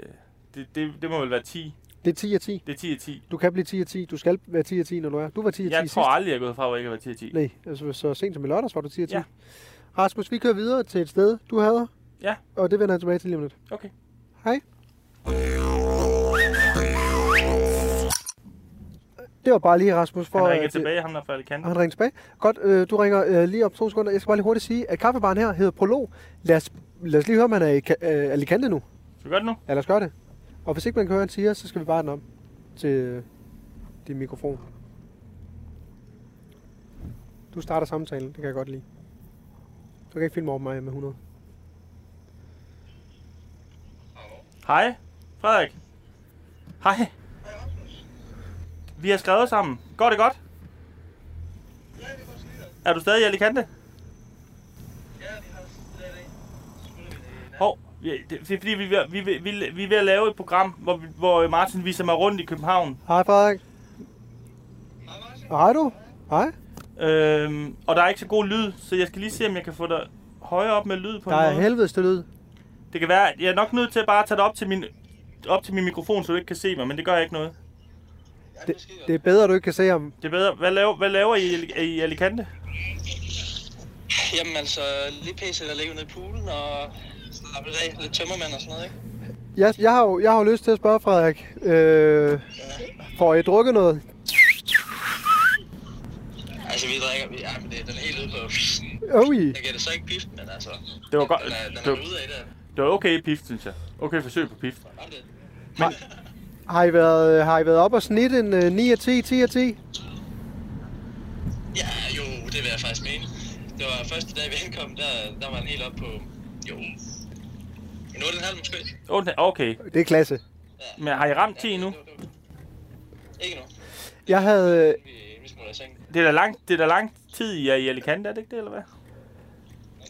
[SPEAKER 2] det, det, det, må vel være 10.
[SPEAKER 1] det er 10 af 10.
[SPEAKER 2] Det er 10 af 10.
[SPEAKER 1] Du kan blive 10 af 10. Du skal være 10 af 10, når du er. Du var 10 af 10
[SPEAKER 2] Jeg
[SPEAKER 1] sidst.
[SPEAKER 2] tror aldrig, jeg er gået fra, hvor jeg ikke har været 10 af 10.
[SPEAKER 1] Nej, altså så sent som i lørdags var du 10 af 10. Ja.
[SPEAKER 2] Ja.
[SPEAKER 1] Rasmus, vi kører videre til et sted, du hader.
[SPEAKER 2] Ja.
[SPEAKER 1] Og det vender jeg tilbage til lige om lidt.
[SPEAKER 2] Okay.
[SPEAKER 1] Hej. Det var bare lige Rasmus for...
[SPEAKER 2] Han
[SPEAKER 1] at
[SPEAKER 2] ringer
[SPEAKER 1] det-
[SPEAKER 2] tilbage, ham der fra Alicante.
[SPEAKER 1] Han ringer tilbage. Godt, øh, du ringer øh, lige om to sekunder. Jeg skal bare lige hurtigt sige, at kaffebaren her hedder Prolog. Lad os, lad os lige høre, om han er i Ka- øh, Alicante nu.
[SPEAKER 2] Skal vi gøre det nu?
[SPEAKER 1] Ja, lad os gøre det. Og hvis ikke man kan høre, han siger, så skal vi bare den om til øh, din mikrofon. Du starter samtalen, det kan jeg godt lide. Du kan ikke filme over mig med 100.
[SPEAKER 2] Hej, Frederik. Hej. Vi har skrevet sammen. Går det godt? Er du stadig i Alicante? Hov, ja, det det er fordi, vi er, ved- vi, er ved- vi, er- vi er ved at lave et program, hvor, vi- hvor øh, Martin viser mig rundt i København.
[SPEAKER 1] Hej Frederik. Og Hej du. Hej.
[SPEAKER 2] Øhm, og der er ikke så god lyd, så jeg skal lige se, om jeg kan få dig højere op med lyd på
[SPEAKER 1] Der
[SPEAKER 2] en
[SPEAKER 1] er
[SPEAKER 2] måde.
[SPEAKER 1] helvedes til lyd.
[SPEAKER 2] Det kan være, at jeg er nok nødt til at bare tage det op til min, op til min mikrofon, så du ikke kan se mig, men det gør jeg ikke noget.
[SPEAKER 1] Det, det er bedre, at du ikke kan se ham.
[SPEAKER 2] Det er bedre. Hvad laver, hvad laver I i- i Alicante?
[SPEAKER 4] Jamen altså, lige pisse der ligger nede i poolen og slappe lidt af, lidt tømmermand og sådan noget, ikke?
[SPEAKER 1] Jeg, jeg, har, jo, jeg har jo lyst til at spørge Frederik. Øh, får I drukket noget?
[SPEAKER 4] Altså, vi drikker, vi, ja, men det, den er helt ude på.
[SPEAKER 1] Øj.
[SPEAKER 4] Jeg kan det så ikke pift, men altså,
[SPEAKER 2] Det var godt.
[SPEAKER 4] den er, den
[SPEAKER 2] Det var,
[SPEAKER 4] er ude af det.
[SPEAKER 2] det var okay pift, synes jeg. Okay forsøg på pift.
[SPEAKER 4] Jamen, det-
[SPEAKER 1] Har I været, har I været op og snit en øh, 9 af 10, 10 af 10?
[SPEAKER 4] Ja, jo, det vil jeg faktisk mene. Det var første dag, vi ankom, der, der var den helt op på, jo, en 8,5 måske.
[SPEAKER 2] Okay, Okay,
[SPEAKER 1] Det er klasse.
[SPEAKER 2] men har I ramt 10 nu?
[SPEAKER 4] Det var- det var- Ikke nu.
[SPEAKER 1] Jeg havde, [LAUGHS]
[SPEAKER 4] Vi, vi smutter i seng.
[SPEAKER 2] Det er da lang, det er da lang tid, I er i Alicante, er det ikke det, eller hvad?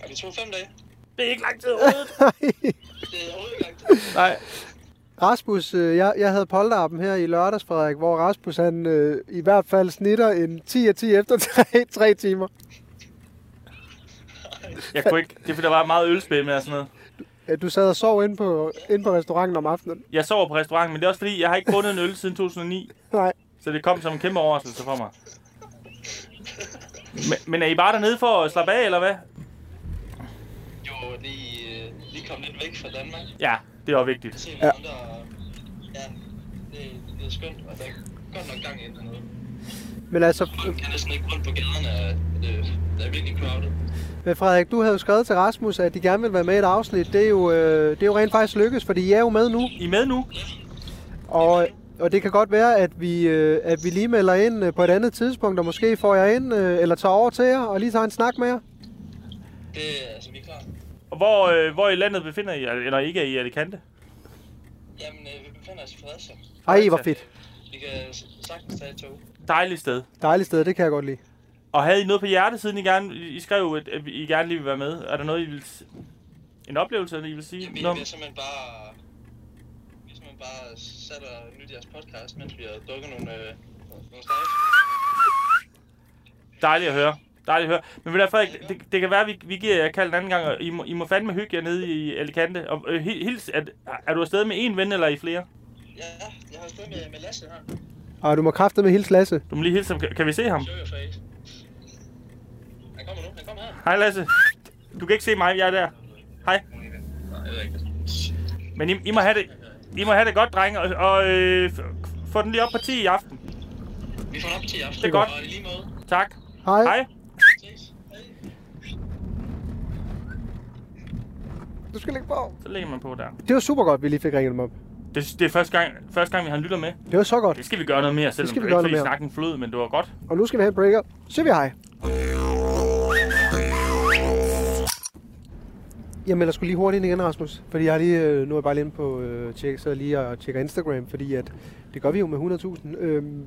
[SPEAKER 4] Og vi tog fem dage.
[SPEAKER 2] Det er ikke lang tid overhovedet.
[SPEAKER 4] Det er overhovedet ikke langt.
[SPEAKER 2] [LAUGHS] Nej.
[SPEAKER 1] Rasmus, øh, jeg, jeg havde polterappen her i lørdags, Frederik, hvor Rasmus han øh, i hvert fald snitter en 10 af 10 efter [LAUGHS] 3, 3 timer.
[SPEAKER 2] Jeg kunne ikke. Det er fordi, der var meget ølspil med og sådan noget.
[SPEAKER 1] Ja, du sad og sov inde på, inde på restauranten om aftenen. [LAUGHS]
[SPEAKER 2] Jeg sover på restauranten, men det er også fordi, jeg har ikke fundet en øl siden 2009.
[SPEAKER 1] Nej.
[SPEAKER 2] Så det kom som en kæmpe overraskelse for mig. Men, men er I bare dernede for at slappe af, eller hvad?
[SPEAKER 4] Jo, lige, øh, lige kom lidt væk fra Danmark.
[SPEAKER 2] Ja, det var vigtigt.
[SPEAKER 4] Se
[SPEAKER 1] Ja.
[SPEAKER 4] ja. andre, og- ja, det, det er skønt, og der er godt nok gang i det hernede.
[SPEAKER 1] Men altså,
[SPEAKER 4] Folk kan næsten ikke rundt på gaderne, og det, der er virkelig crowded.
[SPEAKER 1] men øh, Frederik, du havde jo skrevet til Rasmus, at de gerne ville være med i et afsnit. Det er jo, øh, det er jo rent faktisk lykkes, fordi I er jo med nu.
[SPEAKER 2] I er med nu?
[SPEAKER 1] Og, og det kan godt være, at vi, øh, at vi lige melder ind øh, på et andet tidspunkt, og måske får jeg ind, øh, eller tager over til jer, og lige tager en snak med jer.
[SPEAKER 4] Det, altså, vi er klar.
[SPEAKER 2] Og hvor, øh, hvor i landet befinder I jer? Eller ikke er I i Alicante?
[SPEAKER 4] Jamen, øh, vi befinder os i Fredericia.
[SPEAKER 1] Ej, hvor fedt.
[SPEAKER 4] Vi kan s- sagtens tage et tog.
[SPEAKER 2] Dejligt sted.
[SPEAKER 1] Dejligt sted, det kan jeg godt lide.
[SPEAKER 2] Og havde I noget på hjertet, siden I, gerne, I skrev, at at I gerne lige ville være med? Er der noget, I vil... s- En oplevelse, I vil sige?
[SPEAKER 4] Jamen, vi,
[SPEAKER 2] Nå,
[SPEAKER 4] vi har simpelthen bare... Vi har simpelthen bare sat og nyt jeres podcast, mens vi har dukket nogle, øh, nogle stejs.
[SPEAKER 2] dejligt at høre. Dejligt at høre. Men ved du, hvad, Frederik, det, det, kan være, vi, vi giver jer kald en anden gang, og I må, I må fandme hygge jer nede i Alicante. Og øh, hi- hils, er, er du afsted med én ven, eller er I flere?
[SPEAKER 4] Ja, jeg har stået med, med Lasse her.
[SPEAKER 1] Og du må kræfte med hilse Lasse.
[SPEAKER 2] Du må lige hilse ham. Kan, kan vi se ham?
[SPEAKER 4] Show your face. Han kommer nu, han kommer her.
[SPEAKER 2] Hej Lasse. Du kan ikke se mig, jeg er der. Hej.
[SPEAKER 4] Nej, det er ikke.
[SPEAKER 2] Men I, I, må, have det, I må have det godt, drenge, og, og øh, f- få den lige op på 10 i aften.
[SPEAKER 4] Vi får den op til i aften.
[SPEAKER 2] Det er godt.
[SPEAKER 4] Og i lige måde.
[SPEAKER 2] Tak.
[SPEAKER 1] Hej.
[SPEAKER 2] Hej.
[SPEAKER 4] Ses. Hej.
[SPEAKER 1] Du skal lægge på.
[SPEAKER 2] Så lægger man på der.
[SPEAKER 1] Det var super godt, vi lige fik ringet dem op.
[SPEAKER 2] Det, det er første gang, første gang, vi har en lytter med.
[SPEAKER 1] Det var så godt.
[SPEAKER 2] Det skal vi gøre noget mere, selvom
[SPEAKER 1] Det skal
[SPEAKER 2] det,
[SPEAKER 1] vi
[SPEAKER 2] det
[SPEAKER 1] gøre
[SPEAKER 2] ikke fordi
[SPEAKER 1] noget mere.
[SPEAKER 2] snakken flød, men det var
[SPEAKER 1] [LAUGHS]
[SPEAKER 2] godt.
[SPEAKER 1] Og nu skal vi have en breaker. Så siger vi hej. Jamen, jeg skulle lige hurtigt ind igen, Rasmus. Fordi jeg har lige, øh, nu er jeg bare lige inde på øh, tjek, så lige og tjekker Instagram, fordi at, det gør vi jo med 100.000. Øhm,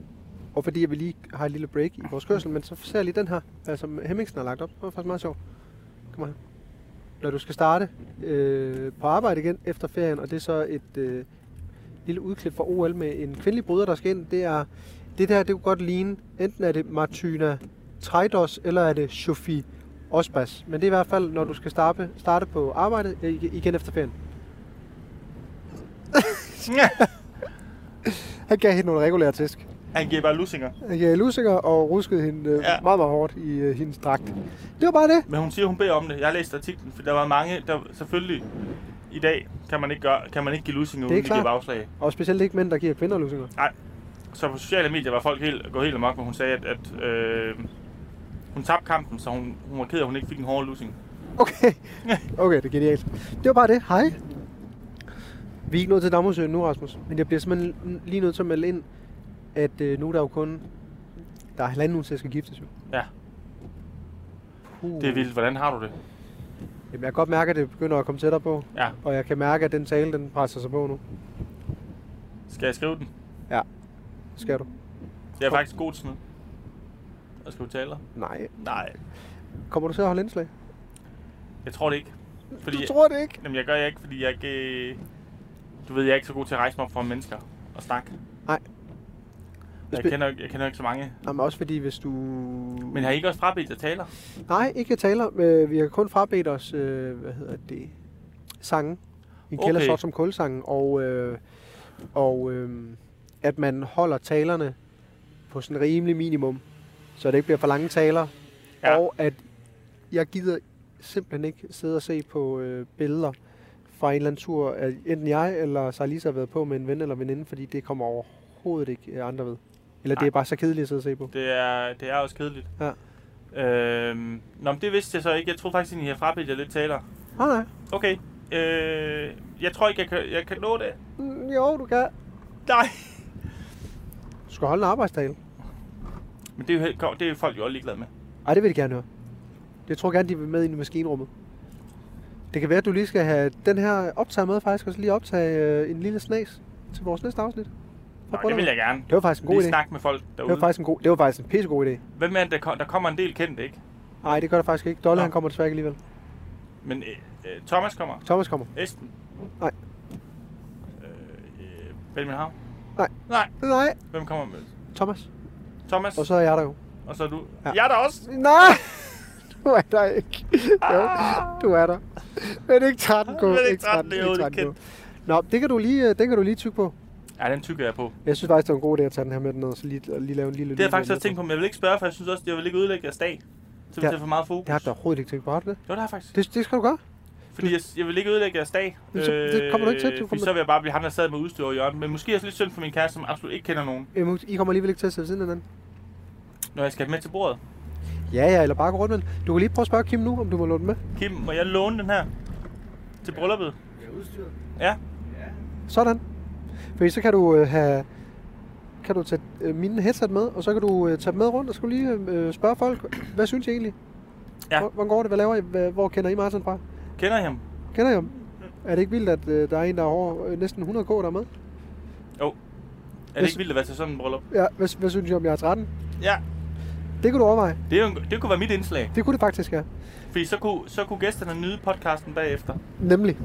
[SPEAKER 1] og fordi at vi lige har et lille break i vores kørsel, men så ser jeg lige den her, øh, som Hemmingsen har lagt op. Det var faktisk meget sjovt. Kom her. Når du skal starte øh, på arbejde igen efter ferien, og det er så et øh, lille udklip fra OL med en kvindelig bryder, der skal ind, det er det der, det kunne godt ligne, enten er det Martina Trejdos, eller er det Sofie Osbas. Men det er i hvert fald, når du skal starte, starte på arbejdet øh, ig- igen efter ferien. Han gav hende nogle regulære tæsk.
[SPEAKER 2] Han giver bare lusinger.
[SPEAKER 1] Han gav lusinger og ruskede hende øh, ja.
[SPEAKER 2] Ja.
[SPEAKER 1] meget, meget hårdt i øh, hendes dragt. Det var bare det.
[SPEAKER 2] Men hun siger, hun beder om det. Jeg har læst artiklen, for der var mange, der selvfølgelig i dag kan man ikke, gøre, kan man ikke give lusinger, uden
[SPEAKER 1] er
[SPEAKER 2] at give
[SPEAKER 1] klart.
[SPEAKER 2] bagslag.
[SPEAKER 1] Og specielt ikke mænd, der giver kvinder lusinger.
[SPEAKER 2] Så på sociale medier var folk helt, gået helt amok, hvor hun sagde, at, at øh, hun tabte kampen, så hun, hun var ked af, at hun ikke fik en hård lussing. [LAUGHS]
[SPEAKER 1] Okay. Okay, det er genialt. Det var bare det. Hej. Vi er ikke nået til Damhusøen nu, Rasmus. Men jeg bliver simpelthen lige nødt til at melde ind, at øh, nu er der jo kun... Der er halvanden uge til, at jeg skal giftes jo.
[SPEAKER 2] Ja.
[SPEAKER 1] Puh.
[SPEAKER 2] Det er vildt. Hvordan har du det?
[SPEAKER 1] Jamen, jeg kan godt mærke, at det begynder at komme tættere på.
[SPEAKER 2] Ja.
[SPEAKER 1] Og jeg kan mærke, at den tale, den presser sig på nu.
[SPEAKER 2] Skal jeg skrive den?
[SPEAKER 1] Skal du?
[SPEAKER 2] Jeg er faktisk god til sådan noget. Og skal du tale?
[SPEAKER 1] Nej.
[SPEAKER 2] Nej.
[SPEAKER 1] Kommer du til at holde indslag?
[SPEAKER 2] Jeg tror det ikke. Fordi,
[SPEAKER 1] Du tror det ikke?
[SPEAKER 2] Jamen, jeg gør jeg ikke, fordi jeg ikke... øh, Du ved, jeg er ikke så god til at rejse mig op for mennesker og snakke.
[SPEAKER 1] Nej.
[SPEAKER 2] Jeg
[SPEAKER 1] Spe-
[SPEAKER 2] kender, ikke- jeg kender ikke så mange.
[SPEAKER 1] Jamen, også fordi hvis du...
[SPEAKER 2] Men har I ikke også frabedt jer taler?
[SPEAKER 1] Nej, ikke jeg taler. Øh, Vi har kun frabedt os, øh, hvad hedder det, sange. En
[SPEAKER 2] Okay.
[SPEAKER 1] kælder sort som kulsangen, og, øh, og øh, at man holder talerne på sådan rimelig minimum, så det ikke bliver for lange taler. Ja.
[SPEAKER 2] Ja.
[SPEAKER 1] Og at jeg gider simpelthen ikke sidde og se på øh, billeder fra en eller anden tur, at enten jeg eller Sarlisa har været på med en ven eller veninde, fordi det kommer overhovedet ikke øh, andre ved. Eller det
[SPEAKER 2] Nej.
[SPEAKER 1] er bare så kedeligt at sidde og se på.
[SPEAKER 2] Det er, det er også kedeligt.
[SPEAKER 1] Ja.
[SPEAKER 2] Øhm, nå, men det vidste jeg så ikke. Jeg troede faktisk, at I havde frabedt jer lidt taler.
[SPEAKER 1] Nej, nej.
[SPEAKER 2] Okay. Øh, jeg tror ikke, jeg kan, jeg kan nå det.
[SPEAKER 1] Mm, Jo, du kan.
[SPEAKER 2] Nej.
[SPEAKER 1] Du skal holde en arbejdstale.
[SPEAKER 2] Men det er jo, helt- det er jo folk jo også ligeglade med.
[SPEAKER 1] Ej, det vil de gerne høre. Jeg tror gerne, de vil med ind i maskinrummet. Det kan være, at du lige skal have den her optager med faktisk, og så lige optage øh, en lille snas til vores næste afsnit.
[SPEAKER 2] Nå, det vil jeg gerne.
[SPEAKER 1] Det var faktisk en god
[SPEAKER 2] Lige
[SPEAKER 1] idé.
[SPEAKER 2] snakke med folk
[SPEAKER 1] Det var
[SPEAKER 2] derude.
[SPEAKER 1] faktisk en, god, det var faktisk en pissegod idé.
[SPEAKER 2] Hvem er det, der, kom, der kommer en del kendte, ikke?
[SPEAKER 1] Nej, det gør der faktisk ikke. Dolle,
[SPEAKER 2] Nå.
[SPEAKER 1] han kommer desværre ikke alligevel.
[SPEAKER 2] Men øh, øh, Thomas kommer.
[SPEAKER 1] Thomas kommer.
[SPEAKER 2] Esben.
[SPEAKER 1] Nej.
[SPEAKER 2] Øh, øh, Benjamin Hav.
[SPEAKER 1] Nej.
[SPEAKER 2] Nej.
[SPEAKER 1] Nej,
[SPEAKER 2] Hvem kommer med?
[SPEAKER 1] Thomas.
[SPEAKER 2] Thomas,
[SPEAKER 1] Og så er jeg der jo.
[SPEAKER 2] og så er du.
[SPEAKER 1] Ja.
[SPEAKER 2] Ja. Jeg er der også.
[SPEAKER 1] Nej, du er der ikke. Jo, du er der. Men ikke 13
[SPEAKER 2] Men
[SPEAKER 1] gå.
[SPEAKER 2] ikke
[SPEAKER 1] Ikke 13,
[SPEAKER 2] 13,
[SPEAKER 1] ikke
[SPEAKER 2] jo,
[SPEAKER 1] 13 gå.
[SPEAKER 2] det
[SPEAKER 1] Nå, det kan du lige, øh, den kan du lige tykke på.
[SPEAKER 2] Ja, den tykker jeg på.
[SPEAKER 1] Jeg synes faktisk, det var en god idé at tage den her med ned, og så lige, lige lave en lille
[SPEAKER 2] Det har jeg faktisk også tænkt på, men jeg vil ikke spørge, for jeg synes også, det vil ikke ødelægge jeres dag. Så vi
[SPEAKER 1] Ja.
[SPEAKER 2] tager for meget fokus.
[SPEAKER 1] Det har du da overhovedet ikke tænkt på, har du det?
[SPEAKER 2] Jo, det har jeg faktisk.
[SPEAKER 1] Det, det skal du gøre.
[SPEAKER 2] Fordi jeg, jeg vil ikke ødelægge jeres dag.
[SPEAKER 1] Jamen, så- det kommer du ikke til, du
[SPEAKER 2] Øh, fordi
[SPEAKER 1] kommer-
[SPEAKER 2] så vil jeg bare blive ham, der sad med udstyr over hjørnet. Men måske også lidt synd for min kæreste, som absolut ikke kender nogen,
[SPEAKER 1] Jamen, I kommer alligevel ikke til at sidde ved siden af den.
[SPEAKER 2] når jeg skal med til bordet.
[SPEAKER 1] Ja, ja, eller bare gå rundt med den. Du kan lige prøve at spørge Kim nu, om du må låne den med.
[SPEAKER 2] Kim, må jeg låne den her til brylluppet?
[SPEAKER 3] Ja, udstyr.
[SPEAKER 2] Ja.
[SPEAKER 1] Sådan. Fordi så kan du øh, have kan du tage øh, mine headset med, og så kan du øh, tage dem med rundt og skulle lige øh, spørge folk, hvad synes I egentlig?
[SPEAKER 2] Ja.
[SPEAKER 1] Hvor, hvordan går det? Hvad laver I? Hvad, hvor kender I Martin fra?
[SPEAKER 2] Kender I ham?
[SPEAKER 1] Kender I ham? Er det ikke vildt, at øh, der er en, der er over øh, næsten 100 k der er med?
[SPEAKER 2] Er det
[SPEAKER 1] Hvis-
[SPEAKER 2] ikke vildt at være til sådan en bryllup?
[SPEAKER 1] Ja, hvad, hvad synes I om jeres 13?
[SPEAKER 2] Ja.
[SPEAKER 1] Det kunne du overveje.
[SPEAKER 2] Det, er jo en, det kunne være mit indslag.
[SPEAKER 1] Det kunne det faktisk, ja.
[SPEAKER 2] Fordi så kunne, så kunne gæsterne nyde podcasten bagefter.
[SPEAKER 1] Nemlig.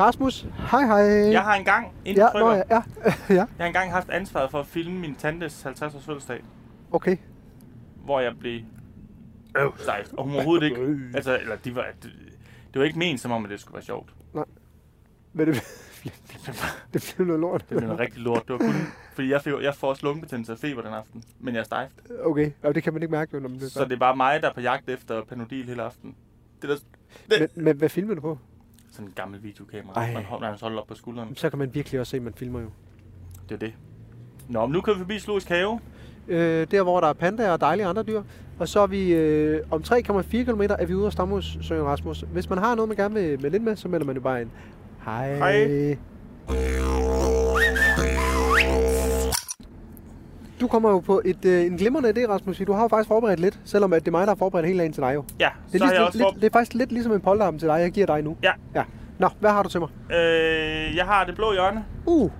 [SPEAKER 1] Rasmus, hej hej.
[SPEAKER 2] Jeg har engang, inden
[SPEAKER 1] ja,
[SPEAKER 2] ja,
[SPEAKER 1] nå,
[SPEAKER 2] trykker,
[SPEAKER 1] ja, ja, ja, [LAUGHS]
[SPEAKER 2] jeg har engang haft ansvaret for at filme min tantes 50-års fødselsdag,
[SPEAKER 1] okay.
[SPEAKER 2] hvor jeg blev øh, stejft. Og hun overhovedet ikke. Altså, eller de var, det, det var ikke ment som om, at det skulle være sjovt.
[SPEAKER 1] Men det, [LAUGHS] det bliver noget lort.
[SPEAKER 2] Det blev noget rigtig lort. Det var kun, fordi jeg, fik, jeg får også lungebetændelse og feber den aften, men jeg er stejft.
[SPEAKER 1] Okay, og det kan man ikke mærke, jo, når man bliver
[SPEAKER 2] Så det er bare mig, der er på jagt efter panodil hele aften. Det er der
[SPEAKER 1] men, men, hvad filmer du på?
[SPEAKER 2] sådan en gammel videokamera,
[SPEAKER 1] Ej.
[SPEAKER 2] man, holder, man holder op på skulderen.
[SPEAKER 1] Så kan man virkelig også se, at man filmer jo.
[SPEAKER 2] Det er det. Nå, men nu kører vi forbi Zoologisk Have.
[SPEAKER 1] Øh, der, hvor der er pandaer og dejlige andre dyr. Og så er vi øh, om 3,4 km er vi ude af Stamhus, Søren Rasmus. Hvis man har noget, man gerne vil melde ind med, så melder man jo bare ind. Hej.
[SPEAKER 2] Hej.
[SPEAKER 1] Du kommer jo på et, øh, en glimrende idé, Rasmus. fordi Du har jo faktisk forberedt lidt, selvom at det er mig, der har forberedt hele dagen til dig jo.
[SPEAKER 2] Ja,
[SPEAKER 1] Det er,
[SPEAKER 2] så har jeg
[SPEAKER 1] lige,
[SPEAKER 2] også
[SPEAKER 1] lidt,
[SPEAKER 2] for...
[SPEAKER 1] det er faktisk lidt ligesom en polterarm til dig, jeg giver dig nu.
[SPEAKER 2] Ja.
[SPEAKER 1] ja. Nå, hvad har du til mig?
[SPEAKER 2] Øh, jeg har det blå hjørne,
[SPEAKER 1] Uh,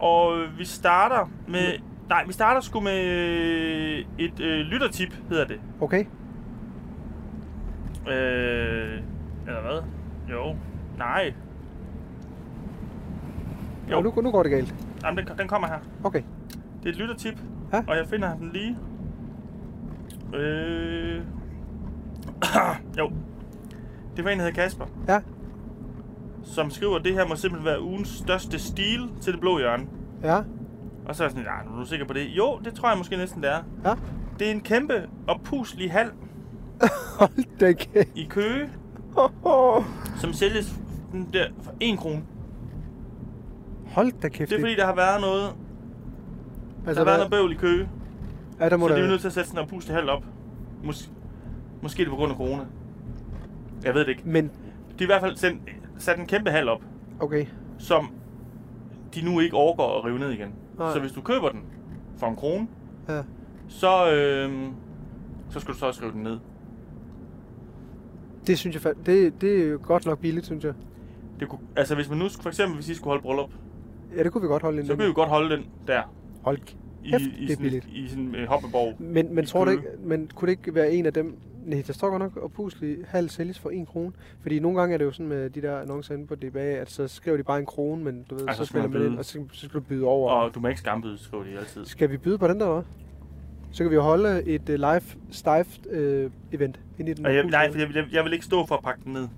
[SPEAKER 2] og øh, vi starter med... Nej, vi starter sgu med øh, et øh, lyttertip, hedder det.
[SPEAKER 1] okay.
[SPEAKER 2] Øh, eller hvad? Jo. Nej. Jo.
[SPEAKER 1] Jo. Nu, nu går det galt.
[SPEAKER 2] Jamen, den, den kommer her.
[SPEAKER 1] Okay.
[SPEAKER 2] Det er et lyttertip,
[SPEAKER 1] Ja.
[SPEAKER 2] og jeg finder den lige. Øh... [CLEARS THROAT] jo. Det var en, der hedder Kasper,
[SPEAKER 1] Ja,
[SPEAKER 2] som skriver, at det her må simpelthen være ugens største stil til det blå hjørne.
[SPEAKER 1] ja,
[SPEAKER 2] Og så er jeg sådan, nej, er du sikker på det? Jo, det tror jeg måske næsten, det er.
[SPEAKER 1] ja.
[SPEAKER 2] Det er en kæmpe oppuslig hal
[SPEAKER 1] Hold da
[SPEAKER 2] [LAUGHS]
[SPEAKER 1] kæft.
[SPEAKER 2] i Køge, som sælges den der for 1 krone.
[SPEAKER 1] Hold da kæft.
[SPEAKER 2] Det er fordi, der har været noget, der har været noget bøvl i Køge,
[SPEAKER 1] ja, der Altså, må
[SPEAKER 2] så det er
[SPEAKER 1] der,
[SPEAKER 2] jo nødt til at sætte sådan en oppuslig hal op. Mås- måske er det på grund af corona. Jeg ved det ikke.
[SPEAKER 1] Men,
[SPEAKER 2] De har i hvert fald sendt, sat en kæmpe hal op,
[SPEAKER 1] okay.
[SPEAKER 2] som de nu ikke overgår at rive ned igen.
[SPEAKER 1] Nej.
[SPEAKER 2] Nej. Så hvis du køber den for en krone,
[SPEAKER 1] Ja.
[SPEAKER 2] så, øh, så skal du så også rive den ned.
[SPEAKER 1] Det synes jeg fa- det, det er jo godt nok billigt, synes jeg.
[SPEAKER 2] Det kunne, altså hvis man nu skulle- for eksempel hvis I skulle holde bryllup,
[SPEAKER 1] Ja, det kunne vi godt holde ind.
[SPEAKER 2] så kunne I jo godt holde den der
[SPEAKER 1] Hold
[SPEAKER 2] i,
[SPEAKER 1] kæft, det
[SPEAKER 2] i,
[SPEAKER 1] er
[SPEAKER 2] sådan,
[SPEAKER 1] billigt.
[SPEAKER 2] i sådan en øh, hoppeborg.
[SPEAKER 1] Men, men
[SPEAKER 2] I
[SPEAKER 1] tror du
[SPEAKER 2] kø.
[SPEAKER 1] ikke, men kunne det ikke være en af dem, nej, der står godt nok og puslig halv sælges for en krone. Fordi nogle gange er det jo sådan med de der annoncer inde på DBA, at så skriver de bare en krone, men du ved,
[SPEAKER 2] Ej, så
[SPEAKER 1] så,
[SPEAKER 2] skal
[SPEAKER 1] spiller
[SPEAKER 2] man
[SPEAKER 1] man ind,
[SPEAKER 2] byde.
[SPEAKER 1] og så, så skal du byde over.
[SPEAKER 2] Og du må ikke skambyde, skriver de altid.
[SPEAKER 1] Skal vi byde på den der, eller hvad? Så kan vi jo holde et uh, live stift uh, event ind i den.
[SPEAKER 2] Og jeg,
[SPEAKER 1] oppuslede
[SPEAKER 2] nej,
[SPEAKER 1] hal.
[SPEAKER 2] for jeg, jeg, jeg, vil ikke stå for at pakke den ned.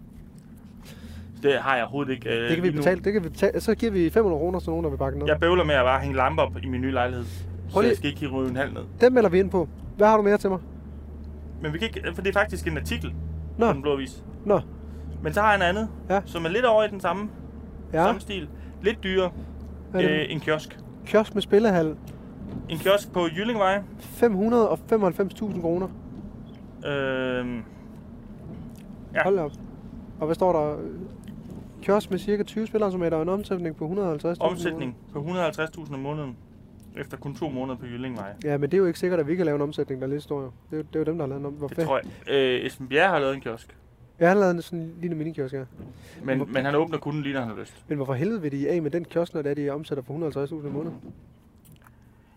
[SPEAKER 2] Det har jeg overhovedet ikke. Øh,
[SPEAKER 1] det kan vi
[SPEAKER 2] lige nu.
[SPEAKER 1] betale, det kan vi betale. Så giver vi 500 kroner til nogen, der vil bakke ned.
[SPEAKER 2] Jeg bøvler med at bare hænge lamper op i min nye lejlighed.
[SPEAKER 1] Prøv
[SPEAKER 2] Så
[SPEAKER 1] lige-
[SPEAKER 2] jeg skal ikke hive en halv ned.
[SPEAKER 1] Den melder vi ind på. Hvad har du mere til mig?
[SPEAKER 2] Men vi kan ikke, øh, for det er faktisk en artikel
[SPEAKER 1] Nå.
[SPEAKER 2] på den blå avis.
[SPEAKER 1] Nå.
[SPEAKER 2] Men så har jeg en anden,
[SPEAKER 1] Ja.
[SPEAKER 2] som er lidt over i den samme, ja.
[SPEAKER 1] Ja,
[SPEAKER 2] samme stil. Lidt dyrere.
[SPEAKER 1] hvad er det?
[SPEAKER 2] Øh, en kiosk.
[SPEAKER 1] Kiosk med spillehal.
[SPEAKER 2] En kiosk på Jyllingvej.
[SPEAKER 1] 595.000 kroner.
[SPEAKER 2] Øh,
[SPEAKER 1] Ja.
[SPEAKER 2] Ja.
[SPEAKER 1] Hold da op. Og hvad står der? Kiosk med cirka 20 spillerautomater og en omsætning på 150.000
[SPEAKER 2] omsætning på 150.000 om måneden. Efter kun to måneder på Jyllingvej.
[SPEAKER 1] Ja, men det er jo ikke sikkert, at vi kan lave en omsætning, der er lidt stor jo. Det er, jo- det er jo dem, der har lavet en omsætning.
[SPEAKER 2] Det tror jeg. Øh, Esben Bjerre har lavet en kiosk.
[SPEAKER 1] Jeg har lavet en sådan en lille minikiosk her. Hvor-
[SPEAKER 2] Men, men han åbner kun den lige, når han har lyst.
[SPEAKER 1] Men hvorfor helvede vil de af med den kiosk, når det er, de omsætter for 150.000 om måneden?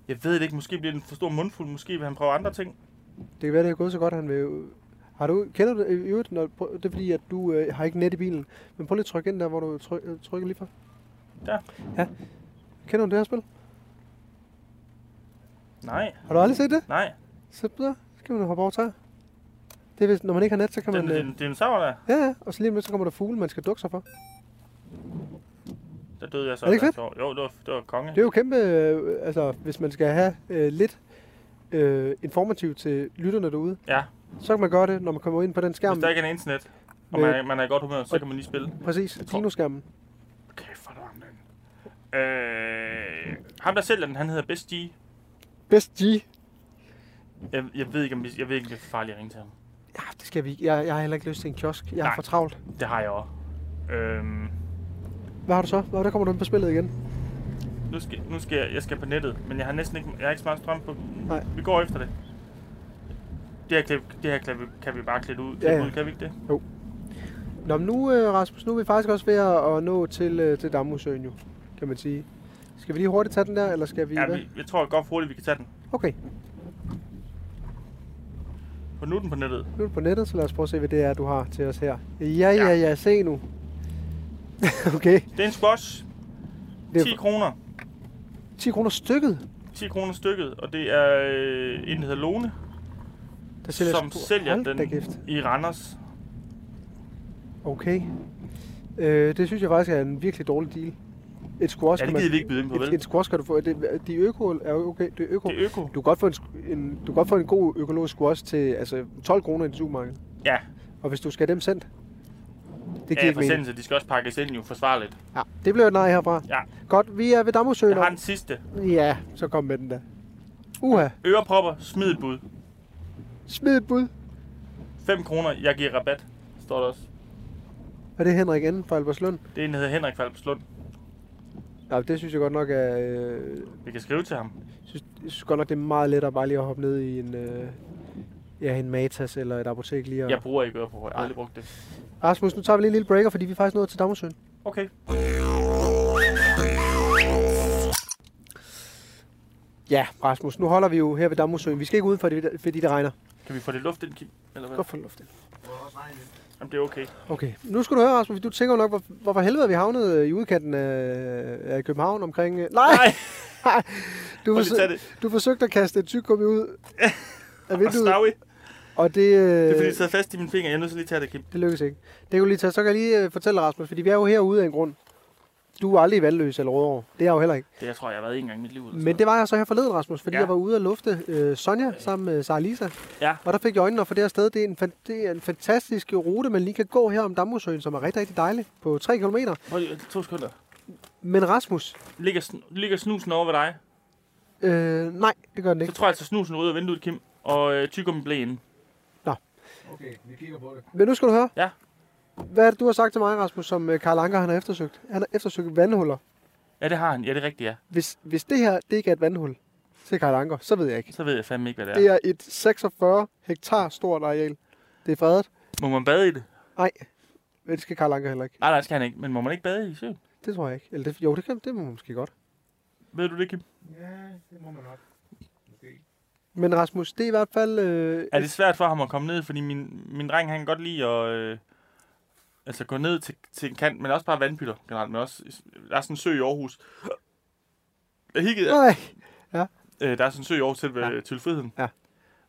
[SPEAKER 2] Jeg ved det ikke. Måske bliver den for stor mundfuld. Måske vil han prøve andre ting.
[SPEAKER 1] Det kan være, det er gået så godt, han vil... Har du, kender du i øvrigt, når, prøv- det er fordi, at du øh, har ikke net i bilen, men prøv lige at trykke ind der, hvor du tryk, øh, trykker lige for.
[SPEAKER 2] Der.
[SPEAKER 1] Ja. Kender du det her spil?
[SPEAKER 2] Nej,
[SPEAKER 1] Har du aldrig set det?
[SPEAKER 2] nej.
[SPEAKER 1] Så der skal man hoppe over træer. Det er, hvis, når man ikke har net, så kan
[SPEAKER 2] Den,
[SPEAKER 1] man...
[SPEAKER 2] den,
[SPEAKER 1] øh,
[SPEAKER 2] den dinosaurer der,
[SPEAKER 1] Ja, ja, og så lige om lidt, så kommer der fugle, man skal dukke sig for.
[SPEAKER 2] der døde jeg så.
[SPEAKER 1] Er det ikke
[SPEAKER 2] der- Jo, det var, det var konge.
[SPEAKER 1] Det er jo kæmpe, øh, altså hvis man skal have øh, lidt øh, informativt til lytterne derude,
[SPEAKER 2] Ja,
[SPEAKER 1] så kan man gøre det, når man kommer ind på den skærm,
[SPEAKER 2] hvis der ikke er en internet, og
[SPEAKER 1] Med-
[SPEAKER 2] man, er- man er i godt humør, så
[SPEAKER 1] Øh. Og-
[SPEAKER 2] kan man lige spille.
[SPEAKER 1] præcis,
[SPEAKER 2] Jeg tror-
[SPEAKER 1] Dino-skærmen.
[SPEAKER 2] Kæft, hvor er det varmt derinde. Øh, ham der sælger den, han hedder Best G.
[SPEAKER 1] Best G. Ja,
[SPEAKER 2] Jeg, jeg ved ikke, om vi, jeg ved ikke, om det er farligt at ringe til ham.
[SPEAKER 1] det skal vi ikke. Jeg, jeg har heller ikke lyst til en kiosk. Jeg har
[SPEAKER 2] Nej.
[SPEAKER 1] for travlt.
[SPEAKER 2] Det har jeg også. Øhm,
[SPEAKER 1] Hvad har du så? Nå, der kommer du ind på spillet igen.
[SPEAKER 2] nu skal, nu skal jeg, jeg skal på nettet, men jeg har næsten ikke, jeg har ikke så meget strøm på.
[SPEAKER 1] Nej.
[SPEAKER 2] Vi går efter det. Det her, klip, det her klip, kan vi bare klippe ud,
[SPEAKER 1] Ja,
[SPEAKER 2] ja,
[SPEAKER 1] ja.
[SPEAKER 2] ja. ud, kan vi ikke det?
[SPEAKER 1] Nå, men nu, øh, Rasmus, nu er vi faktisk også ved at, at nå til, øh, til Damhusøen jo, kan man sige. Skal vi lige hurtigt tage den der, eller skal vi...
[SPEAKER 2] Ja,
[SPEAKER 1] hvad?
[SPEAKER 2] vi, jeg tror godt hurtigt, vi kan tage den.
[SPEAKER 1] Okay,
[SPEAKER 2] På nutten på nettet.
[SPEAKER 1] nu er du på nettet, så lad os prøve at se, hvad det er, du har til os her. Ja, ja, ja, se nu. [LAUGHS] okay,
[SPEAKER 2] Det er en squash.
[SPEAKER 1] det
[SPEAKER 2] 10
[SPEAKER 1] er
[SPEAKER 2] kroner.
[SPEAKER 1] 10 kroner stykket.
[SPEAKER 2] 10 kroner stykket, og det er øh, en, der hedder Lone,
[SPEAKER 1] Der sælger
[SPEAKER 2] som
[SPEAKER 1] sgu-
[SPEAKER 2] sælger
[SPEAKER 1] Hold da
[SPEAKER 2] den
[SPEAKER 1] kæft.
[SPEAKER 2] i Randers.
[SPEAKER 1] Okay. Øh, det synes jeg faktisk er en virkelig dårlig deal. Et squash
[SPEAKER 2] Ja,
[SPEAKER 1] kan
[SPEAKER 2] det
[SPEAKER 1] man-
[SPEAKER 2] gider vi ikke byde ind på,
[SPEAKER 1] et,
[SPEAKER 2] vel?
[SPEAKER 1] et squash kan du få. Det, de øko er jo okay. Det er øko.
[SPEAKER 2] Det er øko.
[SPEAKER 1] Du kan godt få en, sk- en, du kan godt få en god økologisk squash til altså 12 kroner i det supermarked.
[SPEAKER 2] Ja,
[SPEAKER 1] Og hvis du skal have dem sendt, det giver
[SPEAKER 2] det er
[SPEAKER 1] ikke mening.
[SPEAKER 2] forsendelse. De skal også pakkes ind jo forsvarligt.
[SPEAKER 1] Ja, det bliver et nej herfra.
[SPEAKER 2] Ja.
[SPEAKER 1] Godt, vi er ved Damhusøen.
[SPEAKER 2] Jeg har den sidste.
[SPEAKER 1] Ja, så kom med den der. Uha,
[SPEAKER 2] Ørepropper, smid et bud.
[SPEAKER 1] smid et bud.
[SPEAKER 2] 5 kroner, jeg giver rabat, står der også.
[SPEAKER 1] Og det er Henrik N. fra Alberslund.
[SPEAKER 2] Det er en, der hedder Henrik Falbslund.
[SPEAKER 1] Ja, det synes jeg godt nok er... Øh,
[SPEAKER 2] Vi kan skrive til ham.
[SPEAKER 1] synes, jeg synes godt nok, det er meget lettere bare lige at hoppe ned i en, øh, ja, en Matas eller et apotek lige. Og...
[SPEAKER 2] Jeg bruger ikke ørepropper, jeg har aldrig brugt det.
[SPEAKER 1] Rasmus, nu tager vi lige en lille breaker, fordi vi er faktisk nået til Dammersøen.
[SPEAKER 2] Okay.
[SPEAKER 1] Ja, Rasmus, nu holder vi jo her ved Dammersøen. Vi skal ikke ud for det, fordi det regner.
[SPEAKER 2] Kan vi få lidt luft ind, Kim? Eller hvad?
[SPEAKER 1] Godt for luft.
[SPEAKER 2] Jamen, det er okay.
[SPEAKER 1] Okay, nu skal du høre, Rasmus, du tænker jo nok, hvor, hvor for helvede er vi havnet øh, i udkanten af, af København omkring... øh, Nej!
[SPEAKER 2] Nej,
[SPEAKER 1] [LAUGHS] du,
[SPEAKER 2] prøv lige at tage det.
[SPEAKER 1] du forsøgte at kaste et tyggegummi
[SPEAKER 2] [LAUGHS]
[SPEAKER 1] ud af
[SPEAKER 2] Og
[SPEAKER 1] vinduet,
[SPEAKER 2] Snawi.
[SPEAKER 1] og det,
[SPEAKER 2] Det er
[SPEAKER 1] øh,
[SPEAKER 2] fordi, det sidder fast i min finger. Jeg er nødt til lige at tage det, Kim.
[SPEAKER 1] det lykkedes ikke. Det kan du lige tage. Så kan jeg lige øh, fortælle, Rasmus, fordi vi er jo herude af en grund. Du er aldrig i Vandløs eller Rødovre. Det er jeg jo heller ikke.
[SPEAKER 2] Det jeg tror jeg, jeg har været en gang i mit liv. Eller
[SPEAKER 1] Men det var jeg så her forleden, Rasmus, fordi ja.
[SPEAKER 2] Ja.
[SPEAKER 1] jeg var ude at lufte øh, Sonja sammen med Sara Lisa.
[SPEAKER 2] Ja.
[SPEAKER 1] Og der fik jeg øjnene op for det her sted. Det er, en, fan- det er en fantastisk rute, man lige kan gå her om Damhusøen, som er rigtig, rigtig dejlig på 3 km.
[SPEAKER 2] Prøv lige, to sekunder.
[SPEAKER 1] Men Rasmus,
[SPEAKER 2] Ligger, sn- ligger snusen over ved dig?
[SPEAKER 1] øh, nej, det gør den
[SPEAKER 2] Så
[SPEAKER 1] ikke.
[SPEAKER 2] tror jeg altså, snusen er ude af vinduet, Kim. Og øh, tyggegummi blev inde.
[SPEAKER 3] Okay, vi kigger på det.
[SPEAKER 1] Men nu skal du høre.
[SPEAKER 2] Ja.
[SPEAKER 1] Hvad er det, du har sagt til mig, Rasmus, som øh, Karl Anker han har eftersøgt? Han har eftersøgt vandhuller.
[SPEAKER 2] Ja, det har han. Ja, det er rigtigt, ja.
[SPEAKER 1] Hvis, hvis det her det ikke er et vandhul til Karl Anker, så ved jeg ikke.
[SPEAKER 2] Så ved jeg fandme ikke, hvad det
[SPEAKER 1] Det
[SPEAKER 2] er.
[SPEAKER 1] er et 46 hektar stort areal. Det er fredet.
[SPEAKER 2] Må man bade i det?
[SPEAKER 1] Nej, men det skal Karl Anker heller ikke.
[SPEAKER 2] Nej, nej, det skal han ikke. Men må man ikke bade i søen?
[SPEAKER 1] Det tror jeg ikke. Eller det, jo, det, kan, det må man måske godt.
[SPEAKER 2] Ved du det, Kim?
[SPEAKER 3] Ja, det må man nok. Måske.
[SPEAKER 1] Men Rasmus, det er i hvert fald... Øh,
[SPEAKER 2] Er det svært for ham at komme ned? Fordi min, min dreng, han kan godt lide at... Øh, altså gå ned til, til en kant, men også bare vandpytter generelt. Men også, der er sådan en sø i Aarhus. Jeg higgede,
[SPEAKER 1] Nej,
[SPEAKER 2] øh, der er sådan en sø i Aarhus til, ved
[SPEAKER 1] Ja.
[SPEAKER 2] ja. til friheden.
[SPEAKER 1] Ja.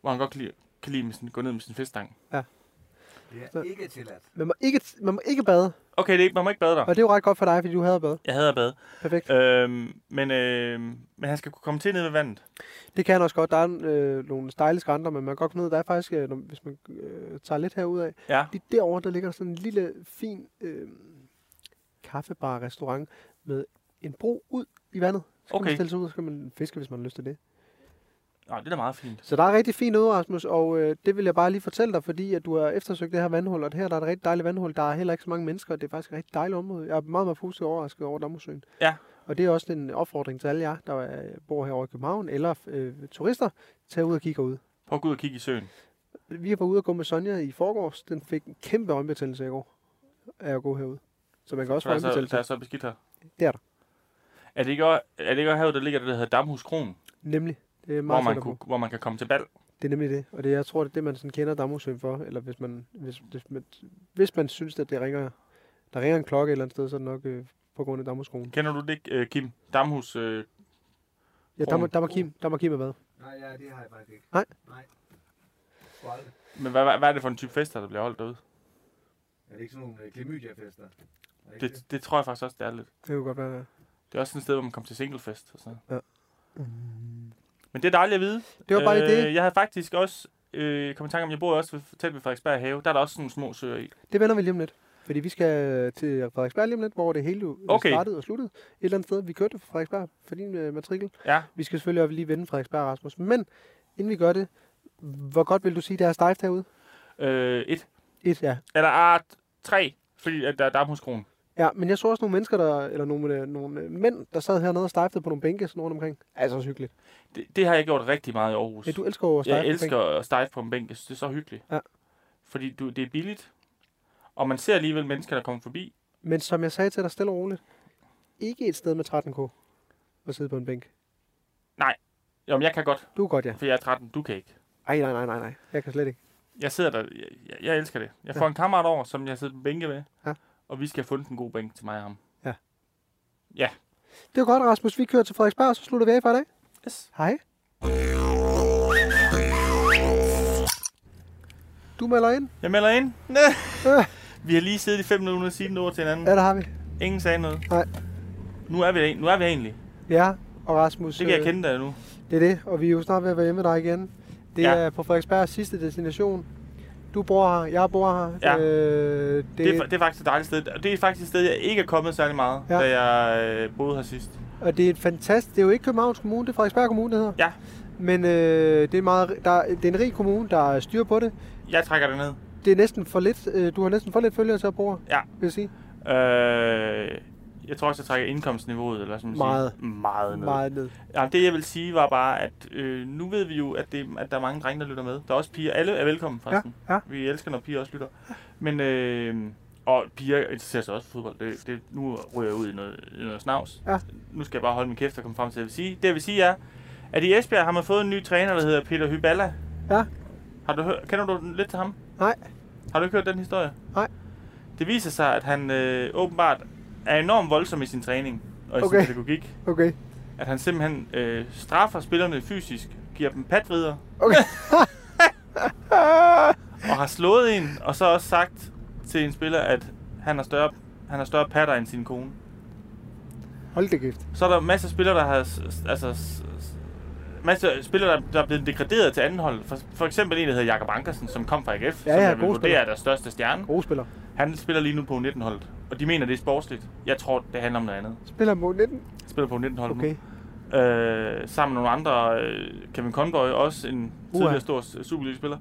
[SPEAKER 2] Hvor han godt kan lide, kan lide med sin, gå ned med sin feststang.
[SPEAKER 3] Det
[SPEAKER 1] Så-
[SPEAKER 3] er ikke tilladt.
[SPEAKER 1] man må, ikke, man må ikke bade.
[SPEAKER 2] Okay, det er, ikke- man må ikke bade der.
[SPEAKER 1] Og det er jo ret godt for dig, fordi du havde bade.
[SPEAKER 2] Jeg hader at bade.
[SPEAKER 1] Perfekt.
[SPEAKER 2] Øhm, men, øh, men han skal kunne komme til ned ved vandet.
[SPEAKER 1] Det kan han også godt. Der er øh, nogle stejle skrænter, men man kan godt komme ned. Der er faktisk, øh, når, hvis man øh, tager lidt herud af,
[SPEAKER 2] Ja.
[SPEAKER 1] lige derovre, der ligger der sådan en lille, fin øh, kaffebar-restaurant med en bro ud i vandet. Så kan man
[SPEAKER 2] Okay.
[SPEAKER 1] stille sig ud, og så kan man fiske, hvis man har lyst til det.
[SPEAKER 2] Nå, det er da meget fint.
[SPEAKER 1] Så der er rigtig fint ude, Rasmus, og øh, det vil jeg bare lige fortælle dig, fordi at du har eftersøgt det her vandhul, og her der er et rigtig dejligt vandhul. Der er heller ikke så mange mennesker, og det er faktisk et rigtig dejligt område. Jeg er meget, meget positivt overrasket over Damhusøen.
[SPEAKER 2] Ja.
[SPEAKER 1] Og det er også en opfordring til alle jer, der øh, bor herovre i København, eller øh, turister, tag ud og kigge ud.
[SPEAKER 2] Prøv at gå ud og kigge i søen.
[SPEAKER 1] Vi var ude og gå med Sonja i forgårs. Den fik en kæmpe øjenbetændelse i går, af at gå herude. Så man kan også
[SPEAKER 2] Så
[SPEAKER 1] få
[SPEAKER 2] er så,
[SPEAKER 1] øjenbetændelse.
[SPEAKER 2] der er så beskidt her.
[SPEAKER 1] Det er der.
[SPEAKER 2] Er det ikke også, er det ikke også havet, der ligger det, der hedder Damhus Kron,
[SPEAKER 1] Nemlig. Det er
[SPEAKER 2] hvor
[SPEAKER 1] meget
[SPEAKER 2] man,
[SPEAKER 1] man
[SPEAKER 2] kunne, hvor man kan komme til bal?
[SPEAKER 1] Det er nemlig det. Og det, jeg tror, det er det, man sådan kender Damhusøen for. Eller hvis man, hvis, hvis, man, hvis man synes, at det ringer, der ringer en klokke et eller andet sted, så er det nok øh, på grund af Damhuskronen.
[SPEAKER 2] Kender du det ikke, øh, Kim? Damhus, øh,
[SPEAKER 1] Ja, der må, der må Kim, der må Kim have været.
[SPEAKER 3] Nej, ja, det har jeg faktisk ikke.
[SPEAKER 1] Nej.
[SPEAKER 3] Nej. Sgu aldrig.
[SPEAKER 2] Men hvad, hvad, hvad er det for en type fester, der bliver holdt derude?
[SPEAKER 3] Er det ikke sådan nogle klemydia-fester? Er det ikke det?
[SPEAKER 2] Det, det tror jeg faktisk også, det er lidt.
[SPEAKER 1] Det kunne godt være, det
[SPEAKER 2] Det er også sådan et sted, hvor man kommer til singlefest og sådan noget.
[SPEAKER 1] er.
[SPEAKER 2] Men det er dejligt at vide.
[SPEAKER 1] Det var bare
[SPEAKER 2] Øh.
[SPEAKER 1] lige det.
[SPEAKER 2] Jeg havde faktisk også øh, kommet i tanke om, jeg bor også ved, tæt ved Frederiksberg Have. Der er der også sådan nogle små søer i.
[SPEAKER 1] Det vender vi lige om lidt. Fordi vi skal øh, til Frederiksberg lige om lidt, hvor det hele jo øh,
[SPEAKER 2] Okay.
[SPEAKER 1] startede og sluttede. Et eller andet sted, vi kørte fra Frederiksberg for din øh, matrikel.
[SPEAKER 2] Ja,
[SPEAKER 1] Vi skal selvfølgelig også lige vende Frederiksberg, Rasmus. Men inden vi gør det, hvor godt vil du sige, der er stejft herude?
[SPEAKER 2] øh, et.
[SPEAKER 1] Et, ja.
[SPEAKER 2] Eller ah, tre, fordi at der er damphuskron.
[SPEAKER 1] Ja, men jeg så også nogle mennesker, der, eller nogle, øh, nogle øh, mænd, der sad hernede og stejftede på nogle bænke sådan rundt omkring. Altså også hyggeligt.
[SPEAKER 2] Det, det har jeg gjort rigtig meget i Aarhus.
[SPEAKER 1] Ja, du elsker jo at stejfe
[SPEAKER 2] Jeg
[SPEAKER 1] på bænke.
[SPEAKER 2] elsker at stege på en bænk. Jeg synes, det er så hyggeligt.
[SPEAKER 1] Ja.
[SPEAKER 2] Fordi du, det er billigt, og man ser alligevel mennesker, der kommer forbi.
[SPEAKER 1] Men som jeg sagde til dig stille og roligt, ikke et sted med 13k at sidde på en bænk.
[SPEAKER 2] Jamen, jeg kan godt,
[SPEAKER 1] Du er godt, ja.
[SPEAKER 2] for jeg er 13. Du kan ikke.
[SPEAKER 1] Ej, nej, nej, nej, nej. Jeg kan slet ikke.
[SPEAKER 2] Jeg sidder der. Jeg, jeg, jeg elsker det. Jeg får en kammerat over, som jeg sidder på bænke med.
[SPEAKER 1] Ja.
[SPEAKER 2] Og vi skal have fundet en god bænk til mig og ham.
[SPEAKER 1] Det var godt, Rasmus. Vi kører til Frederiksberg, og så slutter vi af for i dag.
[SPEAKER 2] Yes.
[SPEAKER 1] Hej. Du melder ind.
[SPEAKER 2] Jeg melder ind.
[SPEAKER 1] Øh,
[SPEAKER 2] [LAUGHS] Vi har lige siddet i fem minutter uden at sige noget til hinanden.
[SPEAKER 1] ja, der har vi.
[SPEAKER 2] Ingen sagde noget.
[SPEAKER 1] Nej.
[SPEAKER 2] Nu er vi, nu er vi egentlig.
[SPEAKER 1] Ja, og Rasmus.
[SPEAKER 2] Det kan jeg
[SPEAKER 1] øh,
[SPEAKER 2] kende dig nu.
[SPEAKER 1] Det er det, og vi er jo snart ved at være hjemme med dig igen. Det
[SPEAKER 2] Ja.
[SPEAKER 1] ja. er på Frederiksbergs sidste destination. Du bor her, jeg bor her.
[SPEAKER 2] Ja.
[SPEAKER 1] Øh, det,
[SPEAKER 2] Det, er, fa- det er faktisk et dejligt sted. Og Det er faktisk et sted, jeg ikke er kommet særlig meget,
[SPEAKER 1] Ja.
[SPEAKER 2] da jeg øh, boede her sidst.
[SPEAKER 1] Og det er et fantastisk... Det er jo ikke Københavns Kommune, det er Frederiksberg Kommune, det hedder.
[SPEAKER 2] Ja.
[SPEAKER 1] Men øh, det, er en meget, der, det er en rig kommune, der styrer på det.
[SPEAKER 2] Jeg trækker det ned.
[SPEAKER 1] Det er næsten for lidt... Øh, du har næsten for lidt følgere til at bruge,
[SPEAKER 2] Ja.
[SPEAKER 1] vil jeg sige.
[SPEAKER 2] Øh, jeg tror også, jeg trækker indkomstniveauet, eller sådan
[SPEAKER 1] Meget.
[SPEAKER 2] meget ned. Meget.
[SPEAKER 1] Meget ned.
[SPEAKER 2] Ja, det jeg vil sige var bare, at øh, nu ved vi jo, at, det, at der er mange drenge, der lytter med. Der er også piger. Alle er velkommen, forresten.
[SPEAKER 1] Ja, ja.
[SPEAKER 2] Vi elsker, når piger også lytter. Men, øh, og piger interesserer sig også for fodbold. Det, det, nu ryger jeg ud i noget, i noget snavs.
[SPEAKER 1] Ja.
[SPEAKER 2] Nu skal jeg bare holde min kæft og komme frem til, at jeg vil sige. Det jeg vil sige er, at i Esbjerg har man fået en ny træner, der hedder Peter Hyballa.
[SPEAKER 1] Ja.
[SPEAKER 2] Har du hørt, kender du lidt til ham?
[SPEAKER 1] Nej.
[SPEAKER 2] Har du ikke hørt den historie?
[SPEAKER 1] Nej.
[SPEAKER 2] Det viser sig, at han øh, åbenbart er enormt voldsom i sin træning og i
[SPEAKER 1] Okay.
[SPEAKER 2] sin pædagogik.
[SPEAKER 1] Okay.
[SPEAKER 2] At han simpelthen øh, straffer spillerne fysisk, giver dem patvrider [LAUGHS]
[SPEAKER 1] Okay.
[SPEAKER 2] og har slået en, og så også sagt til en spiller, at han har større, han har større patter end sin kone.
[SPEAKER 1] Hold det gift.
[SPEAKER 2] Så er der masser af spillere, der har... s- s- Altså, s- s- masser af spillere, der, der er blevet degraderet til anden hold. For, for eksempel en, der hedder Jakob Ankersen, som kom fra AGF, ja, som
[SPEAKER 1] ja,
[SPEAKER 2] jeg vil
[SPEAKER 1] god spiller.
[SPEAKER 2] vurdere er deres største stjerne.
[SPEAKER 1] Gode spiller.
[SPEAKER 2] Han spiller lige nu på 19-holdet, og de mener, det er sportsligt. Jeg tror, det handler om noget andet.
[SPEAKER 1] Spiller mod 19.
[SPEAKER 2] Han spiller på 19-holdet
[SPEAKER 1] Okay.
[SPEAKER 2] nu. Øh, sammen med nogle andre, øh, Kevin Conboy, også en tidligere stor s- Superliga-spiller.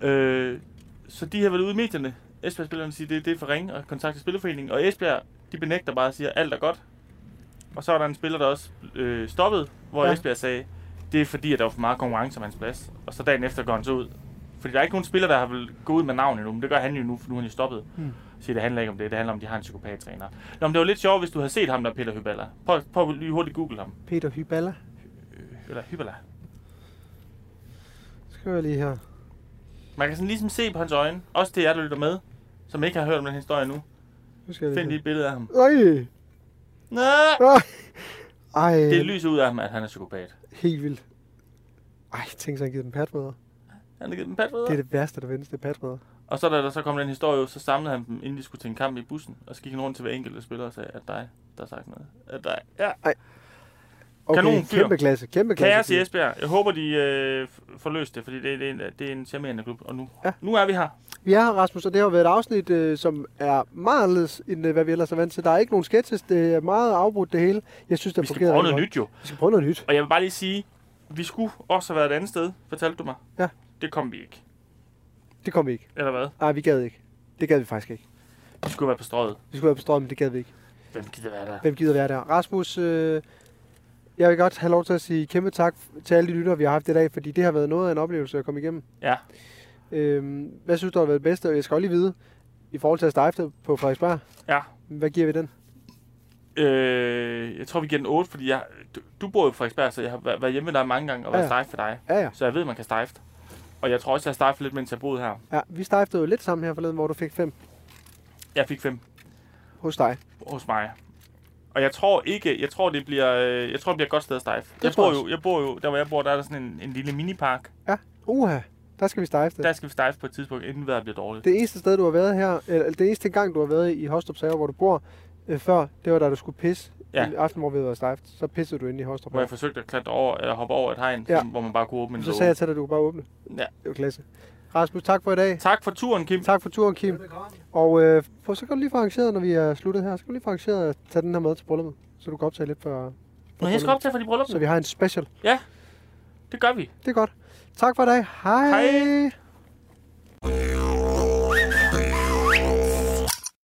[SPEAKER 2] Ja. Øh, så de har været ude i medierne. Esbjerg-spillerne siger, det, det er for ringe og kontakte Spillerforeningen. Og Esbjerg, de benægter bare og siger, alt er godt. Og så er der en spiller, der også øh, stoppede, hvor
[SPEAKER 1] Ja.
[SPEAKER 2] ja. Esbjerg sagde, det er fordi, at der var for meget konkurrence om hans plads. Og så dagen efter går han så ud. Fordi der er ikke nogen spiller, der har vel gået ud med navn endnu, men det gør han jo nu, for nu er han jo stoppet.
[SPEAKER 1] Hmm.
[SPEAKER 2] Hmm. Så det handler ikke om det, det handler om, at de har en psykopat-træner. Nå, men det var lidt sjovt, hvis du havde set ham der, Peter Hyballa. Prøv, prøv lige hurtigt google ham.
[SPEAKER 1] Peter Hyballa.
[SPEAKER 2] Øh, Eller Hyballa.
[SPEAKER 1] Skriver jeg lige her.
[SPEAKER 2] Man kan sådan ligesom se på hans øjne, også det jer, der lytter med, som ikke har hørt om den her historie nu.
[SPEAKER 1] Nu skal jeg
[SPEAKER 2] Find lige
[SPEAKER 1] lige.
[SPEAKER 2] et billede af ham.
[SPEAKER 1] Øj!
[SPEAKER 2] Nå!
[SPEAKER 1] Øj! Ej,
[SPEAKER 2] Det lyser ud af ham, at han er psykopat.
[SPEAKER 1] helt vildt. Ej, tænk så, han givet dem patrødder.
[SPEAKER 2] Han har givet dem pat
[SPEAKER 1] Det er det værste, der findes, det er patrødder.
[SPEAKER 2] Og så da der så kom den historie ud, så samlede han dem, inden de skulle til en kamp i bussen. Og så gik han rundt til hver enkelt spiller og sagde, at dig, der har sagt noget. At dig. Ja.
[SPEAKER 1] Okay,
[SPEAKER 2] Kanon fyr.
[SPEAKER 1] kæmpe klasse, kæmpe klasse.
[SPEAKER 2] Kaos i
[SPEAKER 1] fyr.
[SPEAKER 2] Esbjerg. Jeg håber, de øh, f- får løst det, fordi det, det, er en, det er en charmerende klub. Og nu,
[SPEAKER 1] Ja.
[SPEAKER 2] ja. nu er vi her.
[SPEAKER 1] Vi er her, Rasmus, og det har været et afsnit, øh, som er meget anderledes, end øh, hvad vi ellers er vant til. Der er ikke nogen sketches, det er meget afbrudt det hele. Jeg synes, det
[SPEAKER 2] Vi skal
[SPEAKER 1] fungerer
[SPEAKER 2] prøve
[SPEAKER 1] rigtig
[SPEAKER 2] noget
[SPEAKER 1] godt.
[SPEAKER 2] nyt jo.
[SPEAKER 1] Vi skal prøve noget nyt.
[SPEAKER 2] Og jeg vil bare lige sige, vi skulle også have været et andet sted, fortalte du mig.
[SPEAKER 1] Ja.
[SPEAKER 2] Det kom vi ikke.
[SPEAKER 1] Det kom vi ikke.
[SPEAKER 2] Eller hvad?
[SPEAKER 1] Nej, vi gad ikke. Det gad vi faktisk ikke.
[SPEAKER 2] Vi skulle være på strøget.
[SPEAKER 1] Vi skulle være på strømmen, det gad vi ikke.
[SPEAKER 2] Hvem gider være der?
[SPEAKER 1] Hvem gider være der? Rasmus, øh, jeg vil godt have lov til at sige kæmpe tak til alle de lyttere, vi har haft i dag, fordi det har været noget af en oplevelse at komme igennem.
[SPEAKER 2] Ja.
[SPEAKER 1] Øhm, hvad synes du har været det bedste? Og jeg skal også lige vide, i forhold til at stejfte på Frederiksberg,
[SPEAKER 2] Ja.
[SPEAKER 1] hvad giver vi den?
[SPEAKER 2] Øh, jeg tror, vi giver den 8, fordi jeg, du, du bor jo på Frederiksberg, så jeg har væ- været hjemme med dig mange gange og været
[SPEAKER 1] Ja.
[SPEAKER 2] ja. stejf for dig.
[SPEAKER 1] Ja, ja.
[SPEAKER 2] Så jeg ved, man kan stejfte. Og jeg tror også, jeg stejfte lidt, mens jeg boede her.
[SPEAKER 1] ja vi stejftede jo lidt sammen her forleden, hvor du fik fem
[SPEAKER 2] Jeg fik 5
[SPEAKER 1] hos dig.
[SPEAKER 2] hos mig. Og jeg tror ikke, jeg tror, det bliver, øh, jeg tror, det bliver et godt sted at stejfe. Jeg
[SPEAKER 1] tror
[SPEAKER 2] bor
[SPEAKER 1] jeg
[SPEAKER 2] jo, jeg bor jo, der hvor jeg bor, der er der sådan en, en lille minipark.
[SPEAKER 1] Uha, Der skal vi stejfe det.
[SPEAKER 2] Der skal vi stejfe på et tidspunkt, inden vejret bliver dårligt.
[SPEAKER 1] Det eneste sted, du har været her, eller det eneste gang, du har været i Hostrup Sager, hvor du bor, øh, før, det var da du skulle pisse.
[SPEAKER 2] Ja.
[SPEAKER 1] Ja. En aften, hvor vi var stejft, så pissede du ind i Hostrup.
[SPEAKER 2] Hvor jeg forsøgte at klatre over, eller hoppe over et hegn,
[SPEAKER 1] Ja.
[SPEAKER 2] ja. hvor man bare kunne åbne en
[SPEAKER 1] Så
[SPEAKER 2] låge.
[SPEAKER 1] sagde jeg til dig, at du kunne bare åbne.
[SPEAKER 2] Ja.
[SPEAKER 1] Det var klasse. Rasmus, tak for i dag.
[SPEAKER 2] Tak for turen, Kim.
[SPEAKER 1] Tak for turen, Kim.
[SPEAKER 3] Velbekomme.
[SPEAKER 1] Og øh, prøv, så kan du lige få arrangeret, når vi er sluttet her, så kan du lige få arrangeret at tage den her med til brylluppet, så du kan optage lidt for,
[SPEAKER 2] Nå, jeg skal optage for de bryllup.
[SPEAKER 1] så vi har en special.
[SPEAKER 2] Det gør vi.
[SPEAKER 1] Det er godt. Tak for i dag. Hej.
[SPEAKER 2] Hej.